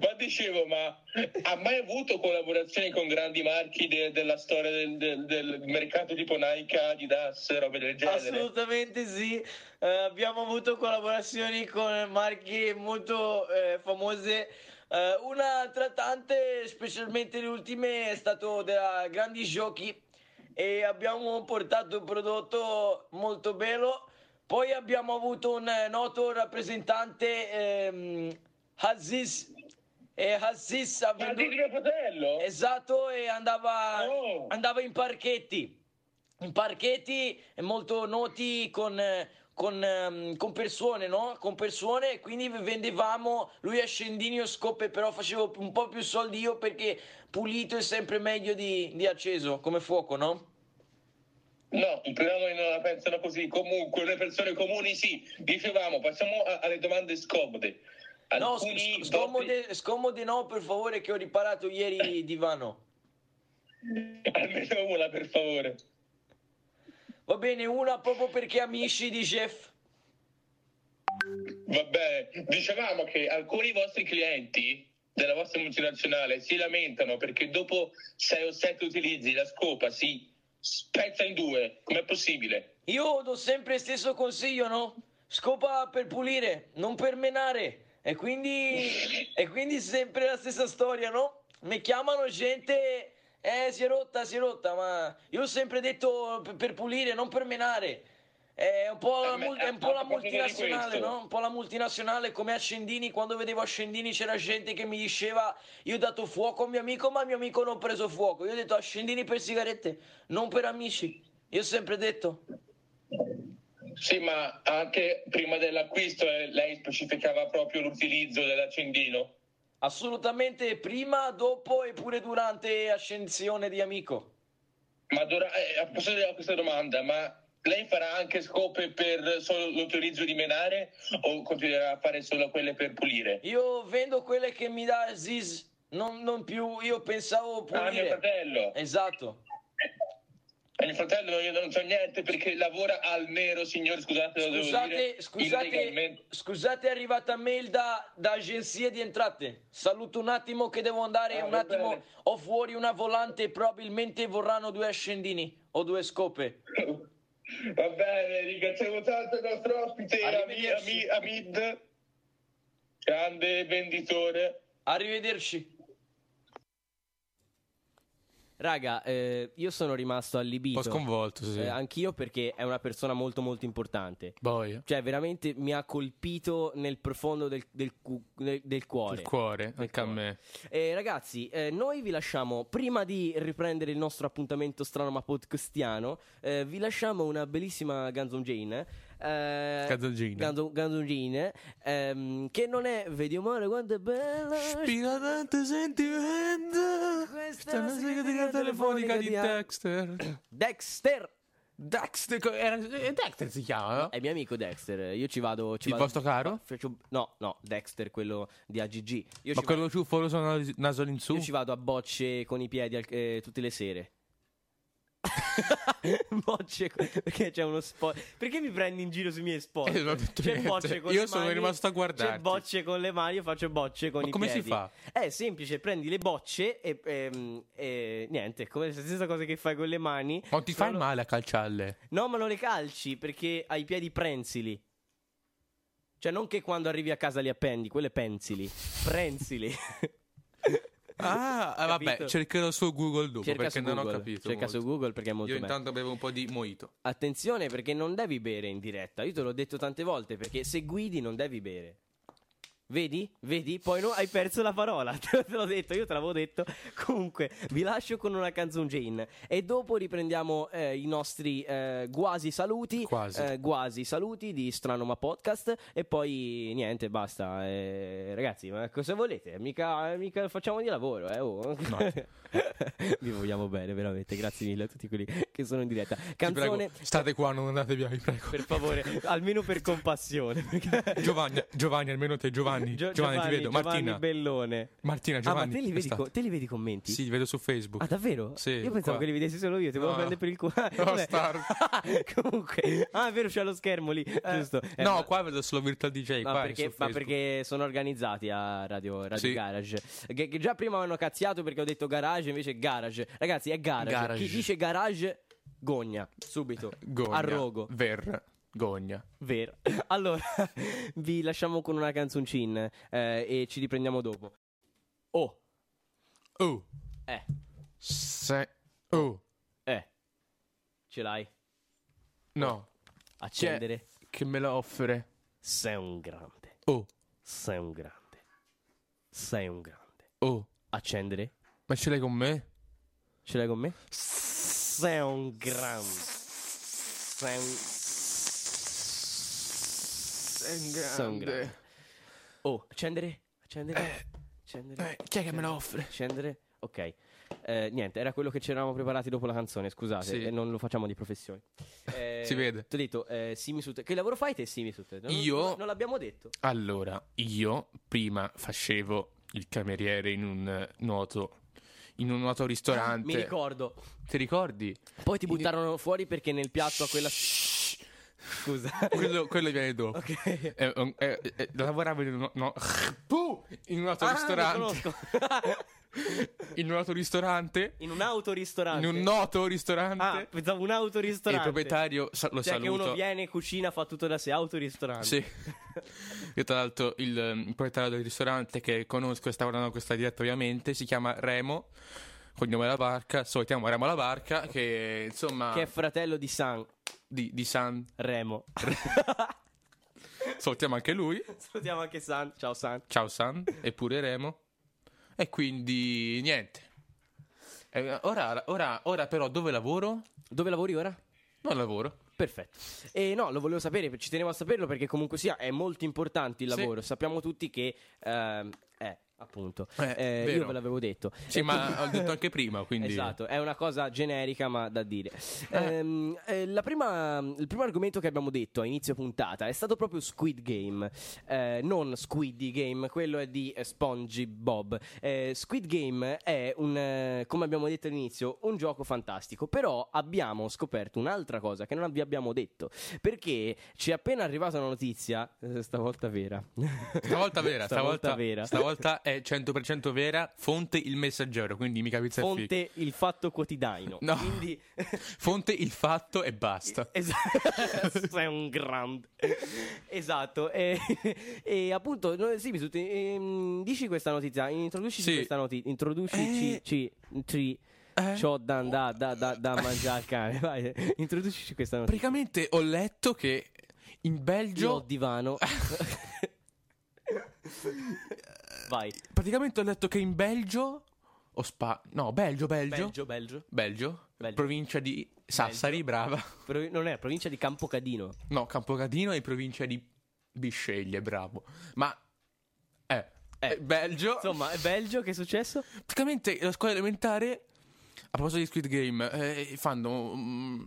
[SPEAKER 2] Ma dicevo, ma ha mai avuto collaborazioni con grandi marchi de- della storia del, del- del mercato tipo Nike, Adidas, robe del genere?
[SPEAKER 5] Assolutamente sì, Eh, abbiamo avuto collaborazioni con marche molto eh, famose. Eh, una tra tante, specialmente le ultime, è stato della Grandi Giochi e abbiamo portato un prodotto molto bello. Poi abbiamo avuto un eh, noto rappresentante, ehm, Aziz, e Aziz ha
[SPEAKER 2] Ma
[SPEAKER 5] venduto...
[SPEAKER 2] di mio fratello?
[SPEAKER 5] Esatto, e andava,
[SPEAKER 2] Oh.
[SPEAKER 5] andava in parchetti. In parchetti eh, molto noti con, eh, con, ehm, con persone, no? Con persone, quindi vendevamo lui a Scendini o Scoppe, però facevo un po' più soldi io perché pulito è sempre meglio di, di acceso, come fuoco, no?
[SPEAKER 2] No, prima noi non la pensano così. Comunque, le persone comuni sì. Dicevamo, passiamo a- alle domande scomode.
[SPEAKER 5] No, sc-
[SPEAKER 2] Alcuni
[SPEAKER 5] sc- scomode, scomode no, per favore, che ho riparato ieri il divano.
[SPEAKER 2] vostri- Almeno una, per favore.
[SPEAKER 5] Va bene, una proprio perché amici di Jeff.
[SPEAKER 2] Vabbè, dicevamo che alcuni vostri clienti della vostra multinazionale si lamentano perché dopo 6 o 7 utilizzi la scopa si spezza in due. Com'è possibile?
[SPEAKER 5] Io do sempre il stesso consiglio, no? Scopa per pulire, non per menare. E quindi, e quindi sempre la stessa storia, no? Mi chiamano gente, eh, si è rotta, si è rotta, ma io ho sempre detto per- per pulire, non per menare. È un po', la,
[SPEAKER 2] Eh, beh,
[SPEAKER 5] mul-
[SPEAKER 2] eh,
[SPEAKER 5] è un po' la
[SPEAKER 2] a proposito di
[SPEAKER 5] multinazionale,
[SPEAKER 2] questo.
[SPEAKER 5] no? Un po' la multinazionale come Ascendini. Quando vedevo Ascendini c'era gente che mi diceva io ho dato fuoco a mio amico, ma mio amico non ha preso fuoco. Io ho detto Ascendini per sigarette, non per amici. Io ho sempre detto.
[SPEAKER 2] Sì, ma anche prima dell'acquisto eh, lei specificava proprio l'utilizzo dell'accendino.
[SPEAKER 5] Assolutamente prima, dopo e pure durante ascensione di amico.
[SPEAKER 2] Ma dura- eh, a proposito di questa domanda, ma lei farà anche scope per solo l'utilizzo di menare o continuerà a fare solo quelle per pulire?
[SPEAKER 5] Io vendo quelle che mi dà Aziz, non, non più, io pensavo
[SPEAKER 2] Ah, mio
[SPEAKER 5] pulire.
[SPEAKER 2] fratello.
[SPEAKER 5] Esatto.
[SPEAKER 2] E mio fratello io non so niente perché lavora al nero, signore, scusate, lo devo dire.
[SPEAKER 5] Scusate, scusate,
[SPEAKER 2] illegalmente.
[SPEAKER 5] scusate, è arrivata mail da, da agenzie di entrate. Saluto un attimo che devo andare
[SPEAKER 2] Ah,
[SPEAKER 5] un
[SPEAKER 2] va
[SPEAKER 5] attimo.
[SPEAKER 2] bene.
[SPEAKER 5] Ho fuori una volante, probabilmente vorranno due ascendini o due scope.
[SPEAKER 2] Va bene, ringraziamo tanto il nostro ospite, Ami-
[SPEAKER 5] Arrivederci.
[SPEAKER 2] Ami- Amid, grande venditore.
[SPEAKER 5] Arrivederci.
[SPEAKER 4] Raga, eh, io sono rimasto allibito.
[SPEAKER 3] Un po' sconvolto, sì.
[SPEAKER 4] Eh, anch'io perché è una persona molto molto importante.
[SPEAKER 3] Boia.
[SPEAKER 4] Cioè, veramente mi ha colpito nel profondo del, del cu- del- del cuore.
[SPEAKER 3] Il cuore, anche a me.
[SPEAKER 4] Eh, ragazzi, eh, noi vi lasciamo, prima di riprendere il nostro appuntamento strano ma podcastiano, eh, vi lasciamo una bellissima Ganzon Jane. eh,
[SPEAKER 3] Canzoncina.
[SPEAKER 4] Ganzo- Ganzoncina, ehm, che non è, vedi amore quanto è bella.
[SPEAKER 3] Spira tanto sentimento.
[SPEAKER 4] Questa
[SPEAKER 3] Questa è
[SPEAKER 4] è la
[SPEAKER 3] una segreteria
[SPEAKER 4] segreteria telefonica
[SPEAKER 3] telefonica
[SPEAKER 4] di
[SPEAKER 3] di Dexter.
[SPEAKER 4] Dexter!
[SPEAKER 3] Dexter, co- era- eh, Dexter si chiama, no?
[SPEAKER 4] È mio amico Dexter, io ci vado. Ci
[SPEAKER 3] Il
[SPEAKER 4] vado-
[SPEAKER 3] vostro caro?
[SPEAKER 4] faccio- No, no, Dexter, quello di AGG. Io, ci
[SPEAKER 3] Ma
[SPEAKER 4] vado-
[SPEAKER 3] quello ciuffo lo sono nas- naso in su.
[SPEAKER 4] io ci vado a bocce con i piedi al- eh, tutte le sere. bocce co- perché c'è uno spot perché mi prendi in giro sui miei spot
[SPEAKER 3] Eh, non ho detto
[SPEAKER 4] c'è
[SPEAKER 3] niente.
[SPEAKER 4] bocce con
[SPEAKER 3] Io
[SPEAKER 4] le
[SPEAKER 3] sono
[SPEAKER 4] mani,
[SPEAKER 3] rimasto a guardarti.
[SPEAKER 4] c'è bocce con le mani io faccio bocce con
[SPEAKER 3] Ma
[SPEAKER 4] i
[SPEAKER 3] come si
[SPEAKER 4] piedi
[SPEAKER 3] fa?
[SPEAKER 4] è semplice prendi le bocce e, ehm, e niente è come la stessa cosa che fai con le mani
[SPEAKER 3] Ma non ti fai
[SPEAKER 4] solo-
[SPEAKER 3] male a calciarle?
[SPEAKER 4] No, ma non le calci perché hai i piedi prensili. Cioè, non che quando arrivi a casa li appendi, quelle pensili. Prensili.
[SPEAKER 3] Ah, eh, vabbè,
[SPEAKER 4] Capito?
[SPEAKER 3] cercherò su Google dopo
[SPEAKER 4] Cerca
[SPEAKER 3] perché
[SPEAKER 4] su
[SPEAKER 3] non ho
[SPEAKER 4] Google,
[SPEAKER 3] capito.
[SPEAKER 4] cerca
[SPEAKER 3] molto.
[SPEAKER 4] su Google perché è molto
[SPEAKER 3] Io
[SPEAKER 4] bello.
[SPEAKER 3] intanto bevo un po' di moito.
[SPEAKER 4] Attenzione perché non devi bere in diretta. Io te l'ho detto tante volte perché se guidi non devi bere. Vedi? Vedi? Poi no, hai perso la parola. Te l'ho detto, io te l'avevo detto. Comunque, vi lascio con una canzone Jane. E dopo riprendiamo eh, i nostri eh, quasi saluti.
[SPEAKER 3] Quasi.
[SPEAKER 4] eh, quasi saluti di Strano Ma Podcast. E poi niente, basta. Eh, ragazzi, ma cosa volete? Mica, mica facciamo di lavoro, eh? oh. Vi vogliamo bene, veramente. Grazie mille a tutti quelli che sono in diretta.
[SPEAKER 3] Ti
[SPEAKER 4] Canzone.
[SPEAKER 3] prego, state qua, non andate via, vi prego.
[SPEAKER 4] Per favore, almeno per compassione. perché-
[SPEAKER 3] Giovanni, Giovanni, almeno te, Giovanni.
[SPEAKER 4] Gio-
[SPEAKER 3] Giovanni, ti vedo.
[SPEAKER 4] Giovanni
[SPEAKER 3] Martina.
[SPEAKER 4] Bellone.
[SPEAKER 3] Martina,
[SPEAKER 4] ah,
[SPEAKER 3] Giovanni.
[SPEAKER 4] ma te li, vedi
[SPEAKER 3] restate.
[SPEAKER 4] co- te li vedi i commenti?
[SPEAKER 3] Sì, li vedo su Facebook.
[SPEAKER 4] Ah, davvero?
[SPEAKER 3] Sì,
[SPEAKER 4] io pensavo
[SPEAKER 3] qua.
[SPEAKER 4] che li vedessi solo io, ti volevo
[SPEAKER 3] No.
[SPEAKER 4] prendere per il culo. Ah,
[SPEAKER 3] No,
[SPEAKER 4] vabbè.
[SPEAKER 3] star.
[SPEAKER 4] Comunque, ah, è vero, c'è lo schermo lì, giusto? Eh,
[SPEAKER 3] no,
[SPEAKER 4] ma-
[SPEAKER 3] qua vedo solo Virtual DJ.
[SPEAKER 4] ma
[SPEAKER 3] qua,
[SPEAKER 4] perché,
[SPEAKER 3] su
[SPEAKER 4] ma
[SPEAKER 3] Facebook.
[SPEAKER 4] perché sono organizzati a Radio, Radio
[SPEAKER 3] Sì.
[SPEAKER 4] Garage. Che, che già prima mi hanno cazziato perché ho detto garage, invece è garage. Ragazzi, è garage.
[SPEAKER 3] Garage.
[SPEAKER 4] Chi dice garage, gogna. Subito.
[SPEAKER 3] Gogna.
[SPEAKER 4] A rogo.
[SPEAKER 3] Ver. Gogna.
[SPEAKER 4] Vero. Allora, vi lasciamo con una canzoncin eh, e ci riprendiamo dopo. Oh,
[SPEAKER 3] Oh.
[SPEAKER 4] eh,
[SPEAKER 3] Se. Oh.
[SPEAKER 4] eh. Ce l'hai?
[SPEAKER 3] No.
[SPEAKER 4] Accendere.
[SPEAKER 3] Che me la offre.
[SPEAKER 4] Sei un grande.
[SPEAKER 3] Oh.
[SPEAKER 4] Sei un grande. Sei un grande.
[SPEAKER 3] Oh.
[SPEAKER 4] Accendere.
[SPEAKER 3] Ma ce l'hai con me?
[SPEAKER 4] Ce l'hai con me? Sei un grande. Sei un... Sei un grande. Oh, accendere. Accendere. Accendere.
[SPEAKER 3] Eh, chi è che me la offre?
[SPEAKER 4] Scendere? Ok. Eh, niente, era quello che ci eravamo preparati dopo la canzone, scusate,
[SPEAKER 3] Sì.
[SPEAKER 4] e non lo facciamo di professione. Eh,
[SPEAKER 3] Si vede.
[SPEAKER 4] Ti ho detto, eh, Simi Sut- Che lavoro fai te, Simi Sut? Non-
[SPEAKER 3] Io-
[SPEAKER 4] Non, non l'abbiamo detto.
[SPEAKER 3] Allora, io prima facevo il cameriere in un eh, noto in un noto ristorante.
[SPEAKER 4] Mi ricordo.
[SPEAKER 3] Ti ricordi?
[SPEAKER 4] Poi ti buttarono fuori perché nel piatto a quella... Scusa.
[SPEAKER 3] Quello, quello viene dopo.
[SPEAKER 4] Ok.
[SPEAKER 3] Eh, um, eh, eh, lavoravo in un, no, Puh! in un altro
[SPEAKER 4] Ah, lo
[SPEAKER 3] ristorante.
[SPEAKER 4] conosco.
[SPEAKER 3] In un altro ristorante.
[SPEAKER 4] in un autoristorante.
[SPEAKER 3] In un noto ristorante.
[SPEAKER 4] Ah, pensavo un
[SPEAKER 3] e il
[SPEAKER 4] autoristorante.
[SPEAKER 3] proprietario sa- lo
[SPEAKER 4] Cioè che
[SPEAKER 3] saluto.
[SPEAKER 4] uno viene, cucina, fa tutto da sé, autoristorante.
[SPEAKER 3] Sì. Io tra l'altro il, mm, ehm, proprietario del ristorante che conosco e sta guardando questa diretta ovviamente si chiama Remo. cognome La Barca, salutiamo Remo La Barca, che insomma...
[SPEAKER 4] Che è fratello di San
[SPEAKER 3] di, di San,
[SPEAKER 4] Remo.
[SPEAKER 3] salutiamo anche lui.
[SPEAKER 4] Salutiamo anche San. Ciao San.
[SPEAKER 3] Ciao San, eppure Remo. E quindi niente. Eh, Ora, ora- ora però dove lavoro?
[SPEAKER 4] Dove lavori ora?
[SPEAKER 3] Non lavoro.
[SPEAKER 4] Perfetto. E no, lo volevo sapere, ci tenevo a saperlo perché comunque sia è molto importante il
[SPEAKER 3] Sì.
[SPEAKER 4] lavoro. Sappiamo tutti che ehm, eh, appunto,
[SPEAKER 3] Eh,
[SPEAKER 4] eh,
[SPEAKER 3] vero.
[SPEAKER 4] io ve l'avevo detto.
[SPEAKER 3] Sì,
[SPEAKER 4] E
[SPEAKER 3] ma
[SPEAKER 4] quindi-
[SPEAKER 3] ho detto anche prima, quindi...
[SPEAKER 4] Esatto, è una cosa generica ma da dire.
[SPEAKER 3] Eh.
[SPEAKER 4] Ehm, eh, la prima- il primo argomento che abbiamo detto a inizio puntata è stato proprio Squid Game, Eh, non Squiddy Game, quello è di eh, SpongeBob. Eh, Squid Game è un, eh, come abbiamo detto all'inizio, un gioco fantastico, però abbiamo scoperto un'altra cosa che non vi abbiamo detto, perché ci è appena arrivata una notizia, eh, stavolta vera.
[SPEAKER 3] Stavolta vera, stavolta,
[SPEAKER 4] vera.
[SPEAKER 3] stavolta è 100% vera, fonte il messaggero, quindi mica pizza e fichi.
[SPEAKER 4] Fonte il fatto quotidiano.
[SPEAKER 3] No.
[SPEAKER 4] Quindi
[SPEAKER 3] Fonte il fatto e basta.
[SPEAKER 4] Esatto, sei un grande. Esatto. E, e appunto, no, sì, Bisut, ehm, dici questa notizia, introducici
[SPEAKER 3] Sì.
[SPEAKER 4] questa notizia, introducici
[SPEAKER 3] Eh.
[SPEAKER 4] ci, ci,
[SPEAKER 3] Eh.
[SPEAKER 4] c'ho da, da, da, da, da mangiare al cane, vai, introducici questa notizia.
[SPEAKER 3] Praticamente ho letto che in
[SPEAKER 4] Io ho
[SPEAKER 3] Belgio
[SPEAKER 4] il divano. vai.
[SPEAKER 3] praticamente ho letto che in Belgio o Spa no, Belgio, Belgio. Belgio.
[SPEAKER 4] Belgio. Belgio.
[SPEAKER 3] provincia di Sassari, brava.
[SPEAKER 4] Pro- non è, provincia di Campocadino.
[SPEAKER 3] No, Campocatino e provincia di Bisceglie, bravo. Ma eh, eh, Belgio.
[SPEAKER 4] Insomma, è Belgio, che è successo?
[SPEAKER 3] Praticamente la scuola elementare, a proposito di Squid Game, eh, fanno. mm,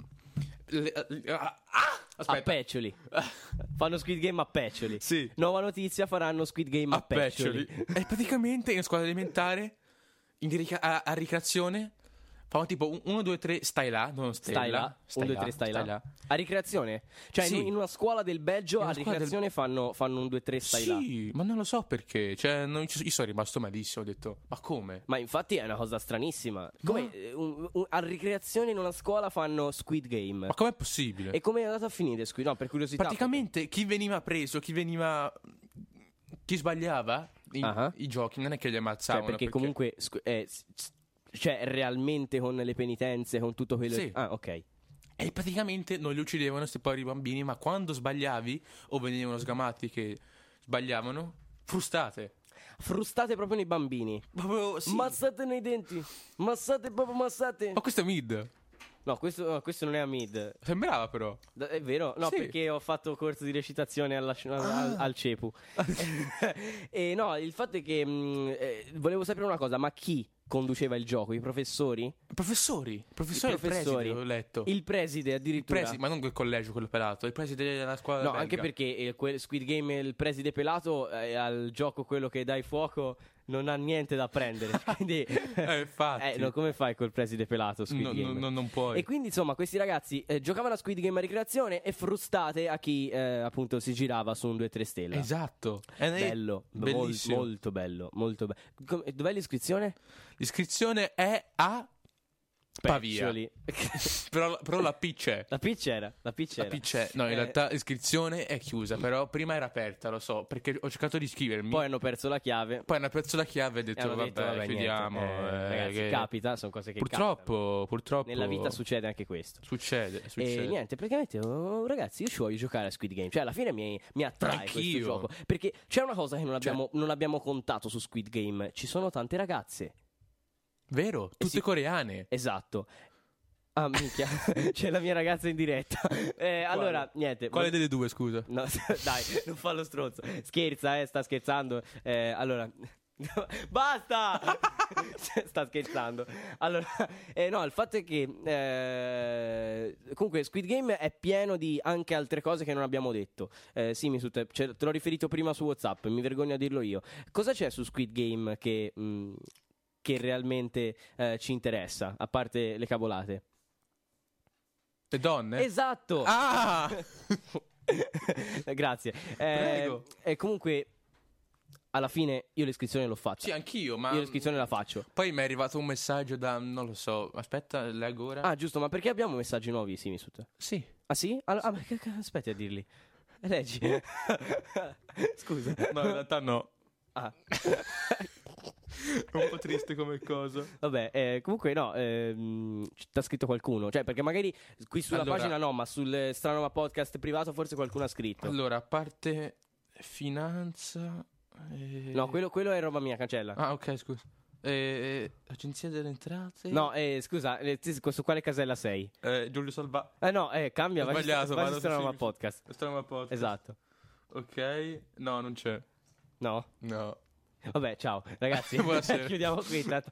[SPEAKER 3] le- le- ah, ah!
[SPEAKER 4] A
[SPEAKER 3] aspetta.
[SPEAKER 4] peccioli. Fanno Squid Game a peccioli.
[SPEAKER 3] Sì.
[SPEAKER 4] Nuova notizia, faranno Squid Game a,
[SPEAKER 3] a peccioli.
[SPEAKER 4] peccioli.
[SPEAKER 3] e praticamente in scuola elementare, in rica- a, a ricreazione, fanno tipo 1, 2, 3, stai là, non stai,
[SPEAKER 4] Stai là, 1, 2, 3, stai là. A ricreazione? Cioè,
[SPEAKER 3] Sì.
[SPEAKER 4] in, in una scuola del Belgio
[SPEAKER 3] In
[SPEAKER 4] a
[SPEAKER 3] una scuola del-
[SPEAKER 4] ricreazione fanno, fanno un 2, 3, stai là.
[SPEAKER 3] sì, ma non lo so perché. Cioè, non ci- io sono rimasto malissimo. Ho detto, ma come?
[SPEAKER 4] Ma infatti è una cosa stranissima. Come
[SPEAKER 3] Ma-
[SPEAKER 4] eh, un- un- a ricreazione in una scuola fanno Squid Game.
[SPEAKER 3] Ma com'è possibile?
[SPEAKER 4] E come è andato a finire Squid? No, per curiosità.
[SPEAKER 3] Praticamente chi veniva preso, chi veniva. chi sbagliava i,
[SPEAKER 4] Ah.
[SPEAKER 3] i giochi, non è che li
[SPEAKER 4] Cioè,
[SPEAKER 3] ammazzavano.
[SPEAKER 4] perché, comunque... squ- eh, s- s- cioè, realmente con le penitenze, con tutto quello...
[SPEAKER 3] Sì.
[SPEAKER 4] Ah, ok.
[SPEAKER 3] E praticamente non li uccidevano questi poveri bambini, ma quando sbagliavi o venivano sgamati che sbagliavano, frustate.
[SPEAKER 4] Frustate proprio nei bambini.
[SPEAKER 3] Proprio sì.
[SPEAKER 4] Mazzate nei denti. Mazzate proprio mazzate.
[SPEAKER 3] Ma questo è mid.
[SPEAKER 4] No, questo, no, questo non è Hamid.
[SPEAKER 3] Sembrava però.
[SPEAKER 4] Da- È vero? No,
[SPEAKER 3] Sì. Ah.
[SPEAKER 4] perché ho fatto corso di recitazione alla sc- al, al CEPU. e no, il fatto è che mh, eh, volevo sapere una cosa, ma chi conduceva il gioco? I professori? I
[SPEAKER 3] Professori, professori,
[SPEAKER 4] professori?
[SPEAKER 3] preside, ho letto.
[SPEAKER 4] Il preside addirittura.
[SPEAKER 3] preside, ma non quel collegio, quello pelato, il preside della scuola
[SPEAKER 4] No,
[SPEAKER 3] belga.
[SPEAKER 4] anche perché eh, quel Squid Game, il preside pelato, eh, al gioco quello che dai fuoco non ha niente da prendere. quindi,
[SPEAKER 3] Eh, infatti.
[SPEAKER 4] Eh, no, come fai col preside pelato? Squid
[SPEAKER 3] No, no,
[SPEAKER 4] Game?
[SPEAKER 3] no, non puoi.
[SPEAKER 4] E quindi, insomma, questi ragazzi eh, giocavano a Squid Game a ricreazione e frustate a chi eh, appunto si girava su un 2-3 stella.
[SPEAKER 3] Esatto. È
[SPEAKER 4] Bello, mol-
[SPEAKER 3] bellissimo.
[SPEAKER 4] molto bello, molto bello. Com- dov'è l'iscrizione?
[SPEAKER 3] L'iscrizione è a Pavia.
[SPEAKER 4] Peccioli.
[SPEAKER 3] però, però la P c'è.
[SPEAKER 4] la P c'era, la P c'era.
[SPEAKER 3] La P c'è. No, in
[SPEAKER 4] Eh,
[SPEAKER 3] realtà l'iscrizione è chiusa, però prima era aperta, lo so, perché ho cercato di iscrivermi.
[SPEAKER 4] Poi
[SPEAKER 3] Poi,
[SPEAKER 4] hanno perso la chiave.
[SPEAKER 3] hanno perso la chiave e
[SPEAKER 4] E
[SPEAKER 3] ho detto,
[SPEAKER 4] hanno
[SPEAKER 3] vabbè,
[SPEAKER 4] detto, vabbè, niente.
[SPEAKER 3] chiudiamo.
[SPEAKER 4] Eh,
[SPEAKER 3] eh,
[SPEAKER 4] ragazzi,
[SPEAKER 3] che-
[SPEAKER 4] capita, sono cose che
[SPEAKER 3] purtroppo,
[SPEAKER 4] capitano.
[SPEAKER 3] purtroppo
[SPEAKER 4] Nella vita succede anche questo.
[SPEAKER 3] Succede, succede.
[SPEAKER 4] E niente, praticamente, oh, ragazzi, io ci voglio giocare a Squid Game. Cioè, alla fine mi, mi attrae questo
[SPEAKER 3] Anch'io.
[SPEAKER 4] gioco. Perché c'è una cosa che non
[SPEAKER 3] Cioè-
[SPEAKER 4] abbiamo, non abbiamo contato su Squid Game. Ci sono tante ragazze.
[SPEAKER 3] Vero? Tutte
[SPEAKER 4] Eh sì.
[SPEAKER 3] coreane.
[SPEAKER 4] Esatto. Ah, minchia, c'è la mia ragazza in diretta. Eh, allora, niente.
[SPEAKER 3] Quale delle due, scusa?
[SPEAKER 4] No, dai, non fa lo stronzo. Scherza, eh, sta scherzando. Eh, allora. Basta! sta scherzando. Allora, eh, no, il fatto è che. eh, comunque, Squid Game è pieno di anche altre cose che non abbiamo detto. Eh, sì, mi su te, ce- te l'ho riferito prima su WhatsApp, mi vergogno a dirlo io. Cosa c'è su Squid Game che. mh, che realmente eh, ci interessa, a parte le cavolate.
[SPEAKER 3] Le donne?
[SPEAKER 4] Esatto!
[SPEAKER 3] Eh. Ah!
[SPEAKER 4] Grazie. Eh,
[SPEAKER 3] Prego.
[SPEAKER 4] E comunque, alla fine io l'iscrizione l'ho fatta.
[SPEAKER 3] sì, anch'io, ma...
[SPEAKER 4] Io l'iscrizione la faccio.
[SPEAKER 3] Poi mi è arrivato un messaggio da... non lo so, aspetta, leggo ora.
[SPEAKER 4] Ah, giusto, ma perché abbiamo messaggi nuovi, Simisut?
[SPEAKER 3] sì.
[SPEAKER 4] Ah, sì? Allo- ah, ma che- che- aspetti a dirli. Leggi. Scusa.
[SPEAKER 3] No, in realtà no.
[SPEAKER 4] Ah.
[SPEAKER 3] un po' triste come cosa.
[SPEAKER 4] Vabbè, eh, comunque no, ehm, ci ha scritto qualcuno, cioè perché magari qui sulla
[SPEAKER 3] Allora-
[SPEAKER 4] pagina no, ma sul eh, Stranoma Podcast privato forse qualcuno ha scritto.
[SPEAKER 3] Allora, a parte finanza... eh,
[SPEAKER 4] No, quello, quello è roba mia, cancella.
[SPEAKER 3] Ah, ok, scusa. Eh, agenzia delle entrate?
[SPEAKER 4] No, eh, scusa, eh, ti- su quale casella sei?
[SPEAKER 3] Eh, Giulio Salva...
[SPEAKER 4] Eh no, eh, cambia,
[SPEAKER 3] Ho
[SPEAKER 4] vai su-
[SPEAKER 3] sbagliato,
[SPEAKER 4] vai
[SPEAKER 3] vado
[SPEAKER 4] su
[SPEAKER 3] su
[SPEAKER 4] Stranoma
[SPEAKER 3] Simpson.
[SPEAKER 4] Podcast.
[SPEAKER 3] Stiamo a posto.
[SPEAKER 4] Esatto.
[SPEAKER 3] Ok. No, non c'è.
[SPEAKER 4] No.
[SPEAKER 3] No.
[SPEAKER 4] Vabbè, ciao ragazzi,
[SPEAKER 3] Buonasera.
[SPEAKER 4] chiudiamo qui. Tanto...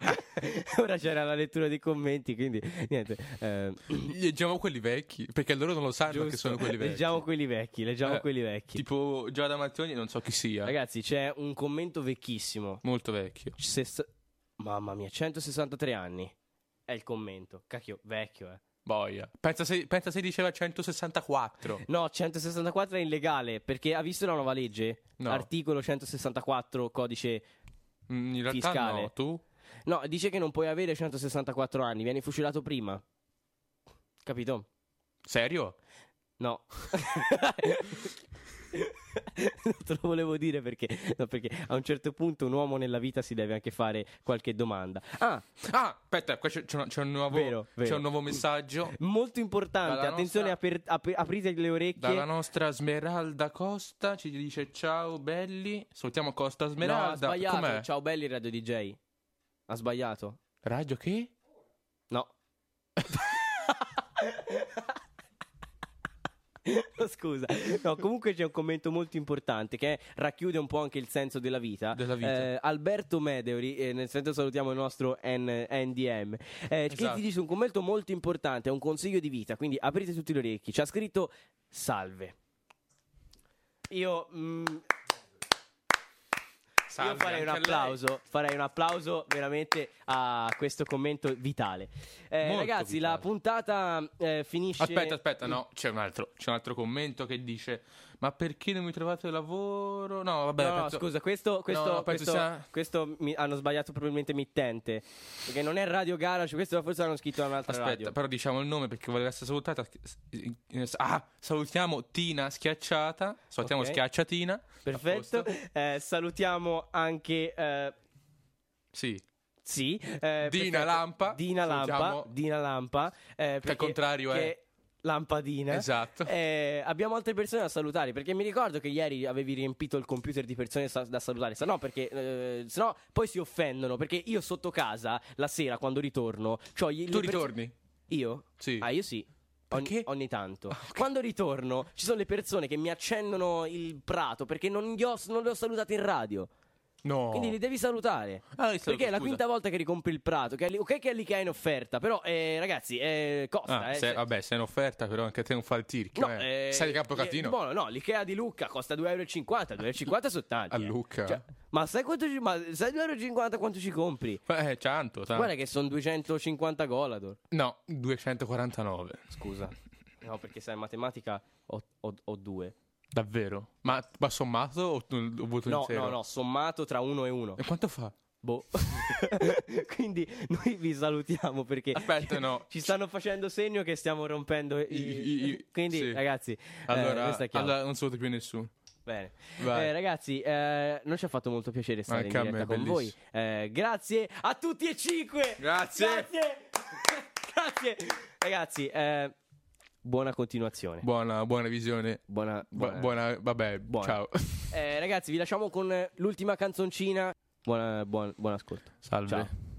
[SPEAKER 4] Ora c'era la lettura dei commenti, quindi niente. eh,
[SPEAKER 3] Leggiamo quelli vecchi, perché loro non lo sanno che
[SPEAKER 4] giusto. Eh,
[SPEAKER 3] sono quelli vecchi.
[SPEAKER 4] Leggiamo quelli vecchi, leggiamo
[SPEAKER 3] Eh,
[SPEAKER 4] quelli vecchi.
[SPEAKER 3] Tipo Giada Mattoni, non so chi sia.
[SPEAKER 4] Ragazzi, c'è un commento vecchissimo.
[SPEAKER 3] Molto vecchio.
[SPEAKER 4] Sess- Mamma mia, 163 anni. È il commento. Cacchio, vecchio, eh.
[SPEAKER 3] Boia. Pensa se, pensa se diceva 164.
[SPEAKER 4] No, 164 è illegale perché ha visto la nuova legge?
[SPEAKER 3] No.
[SPEAKER 4] Articolo 164 codice
[SPEAKER 3] Mm, In realtà
[SPEAKER 4] Fiscale.
[SPEAKER 3] no, tu?
[SPEAKER 4] No, dice che non puoi avere 164 anni, vieni fucilato prima. Capito?
[SPEAKER 3] Serio?
[SPEAKER 4] No. non te lo volevo dire perché, no, perché a un certo punto un uomo nella vita si deve anche fare qualche domanda. Ah,
[SPEAKER 3] Ah, aspetta, qua c'è, c'è un- c'è un nuovo,
[SPEAKER 4] Vero,
[SPEAKER 3] c'è
[SPEAKER 4] vero.
[SPEAKER 3] un nuovo messaggio
[SPEAKER 4] molto importante,
[SPEAKER 3] Dalla
[SPEAKER 4] attenzione,
[SPEAKER 3] nostra-
[SPEAKER 4] aper- ap- aprite le orecchie.
[SPEAKER 3] dalla nostra Smeralda Costa. Ci dice ciao belli. Salutiamo Costa
[SPEAKER 4] No, ha
[SPEAKER 3] Smeralda.
[SPEAKER 4] sbagliato.
[SPEAKER 3] Com'è?
[SPEAKER 4] Ciao belli Radio DJ. Ha sbagliato.
[SPEAKER 3] Radio che?
[SPEAKER 4] No. Scusa, no, comunque c'è un commento molto importante che racchiude un po' anche il senso della vita.
[SPEAKER 3] Della vita.
[SPEAKER 4] Eh, Alberto Medeori, eh, nel senso salutiamo il nostro N- NDM, eh, che
[SPEAKER 3] Esatto.
[SPEAKER 4] ti dice un commento molto importante, è un consiglio di vita, quindi aprite tutti gli orecchi. Ci ha scritto salve. Io, mm, io
[SPEAKER 3] Salve
[SPEAKER 4] farei un
[SPEAKER 3] anche a lei.
[SPEAKER 4] applauso, farei un applauso veramente a questo commento vitale. Eh,
[SPEAKER 3] Molto
[SPEAKER 4] ragazzi, la
[SPEAKER 3] vitale.
[SPEAKER 4] puntata eh, finisce.
[SPEAKER 3] Aspetta, aspetta, no, c'è un altro, c'è un altro commento che dice "Ma perché non mi trovate lavoro?" No, vabbè,
[SPEAKER 4] No, no,
[SPEAKER 3] penso-
[SPEAKER 4] scusa, questo, questo,
[SPEAKER 3] no, penso
[SPEAKER 4] questo,
[SPEAKER 3] sia-
[SPEAKER 4] questo mi- hanno sbagliato probabilmente mittente. Perché non è Radio Garage, questo forse l'hanno scritto da un'altra
[SPEAKER 3] Aspetta,
[SPEAKER 4] radio.
[SPEAKER 3] però diciamo il nome perché voleva essere salutata. Ah, salutiamo Tina Schiacciata. Salutiamo
[SPEAKER 4] Ok.
[SPEAKER 3] Schiacciatina. A
[SPEAKER 4] Perfetto.
[SPEAKER 3] posto.
[SPEAKER 4] Eh, salutiamo anche. eh,
[SPEAKER 3] Sì.
[SPEAKER 4] sì, eh,
[SPEAKER 3] Dina
[SPEAKER 4] perfetto.
[SPEAKER 3] Lampa.
[SPEAKER 4] Dina Lampa,
[SPEAKER 3] Salutiamo-
[SPEAKER 4] Dina Lampa eh, perché-
[SPEAKER 3] contrario è-
[SPEAKER 4] che Lampadina.
[SPEAKER 3] Esatto.
[SPEAKER 4] Eh, abbiamo altre persone da salutare perché mi ricordo che ieri avevi riempito il computer di persone sa- da salutare, se no perché eh, se no poi si offendono perché io sotto casa la sera quando ritorno, cioè
[SPEAKER 3] Tu ritorni?
[SPEAKER 4] Io?
[SPEAKER 3] Sì.
[SPEAKER 4] Ah, io sì. Ogni-
[SPEAKER 3] Perché? Ah,
[SPEAKER 4] ogni tanto quando ritorno ci sono le persone che mi accendono il prato perché non, gli ho- non le ho salutate in radio
[SPEAKER 3] No.
[SPEAKER 4] quindi li devi salutare
[SPEAKER 3] Ah, li Oh. saluto,
[SPEAKER 4] perché è la
[SPEAKER 3] scusa.
[SPEAKER 4] quinta volta che ricompri il prato che è lì- ok che è lì che è in offerta però eh, ragazzi eh, costa
[SPEAKER 3] Ah,
[SPEAKER 4] eh,
[SPEAKER 3] se-
[SPEAKER 4] cioè-
[SPEAKER 3] vabbè, sei in offerta, però anche te non fai il tirchio.
[SPEAKER 4] No,
[SPEAKER 3] eh.
[SPEAKER 4] eh,
[SPEAKER 3] Sei di Capocatino.
[SPEAKER 4] eh, buono, no, l'Ikea di Lucca costa 2,50 euro. 2,50 sono tanti.
[SPEAKER 3] A
[SPEAKER 4] eh.
[SPEAKER 3] Lucca?
[SPEAKER 4] Cioè, ma sai quanto ci, ma sai 2,50 euro quanto ci compri?
[SPEAKER 3] Eh, tanto, tanto.
[SPEAKER 4] Guarda che sono 250 Golador.
[SPEAKER 3] No, 249.
[SPEAKER 4] Scusa. No, perché sai, in matematica ho, ho, ho due.
[SPEAKER 3] Davvero? Ma, ma sommato o tu- o voto
[SPEAKER 4] No,
[SPEAKER 3] intero?
[SPEAKER 4] no, no, sommato tra uno e uno.
[SPEAKER 3] E quanto fa?
[SPEAKER 4] Boh. Quindi noi vi salutiamo perché
[SPEAKER 3] Aspetta, no.
[SPEAKER 4] ci stanno facendo segno che stiamo rompendo. i-
[SPEAKER 3] I- i-
[SPEAKER 4] Quindi,
[SPEAKER 3] sì.
[SPEAKER 4] ragazzi, eh,
[SPEAKER 3] Allora,
[SPEAKER 4] questa è chiara.
[SPEAKER 3] allora non saluto più nessuno.
[SPEAKER 4] Bene.
[SPEAKER 3] Vai.
[SPEAKER 4] Eh, ragazzi, eh, non ci ha fatto molto piacere stare
[SPEAKER 3] Anche a
[SPEAKER 4] in diretta
[SPEAKER 3] me,
[SPEAKER 4] con voi.
[SPEAKER 3] bellissimo.
[SPEAKER 4] Eh, grazie a tutti e cinque.
[SPEAKER 3] Grazie.
[SPEAKER 4] Grazie. Grazie. Ragazzi, eh, buona continuazione.
[SPEAKER 3] Buona, buona visione.
[SPEAKER 4] buona,
[SPEAKER 3] Bu-
[SPEAKER 4] buona-
[SPEAKER 3] buona- vabbè,
[SPEAKER 4] Buona.
[SPEAKER 3] ciao.
[SPEAKER 4] Eh, ragazzi, vi lasciamo con eh, l'ultima canzoncina. Buona- buon, buon ascolto.
[SPEAKER 3] Salve.
[SPEAKER 4] Ciao.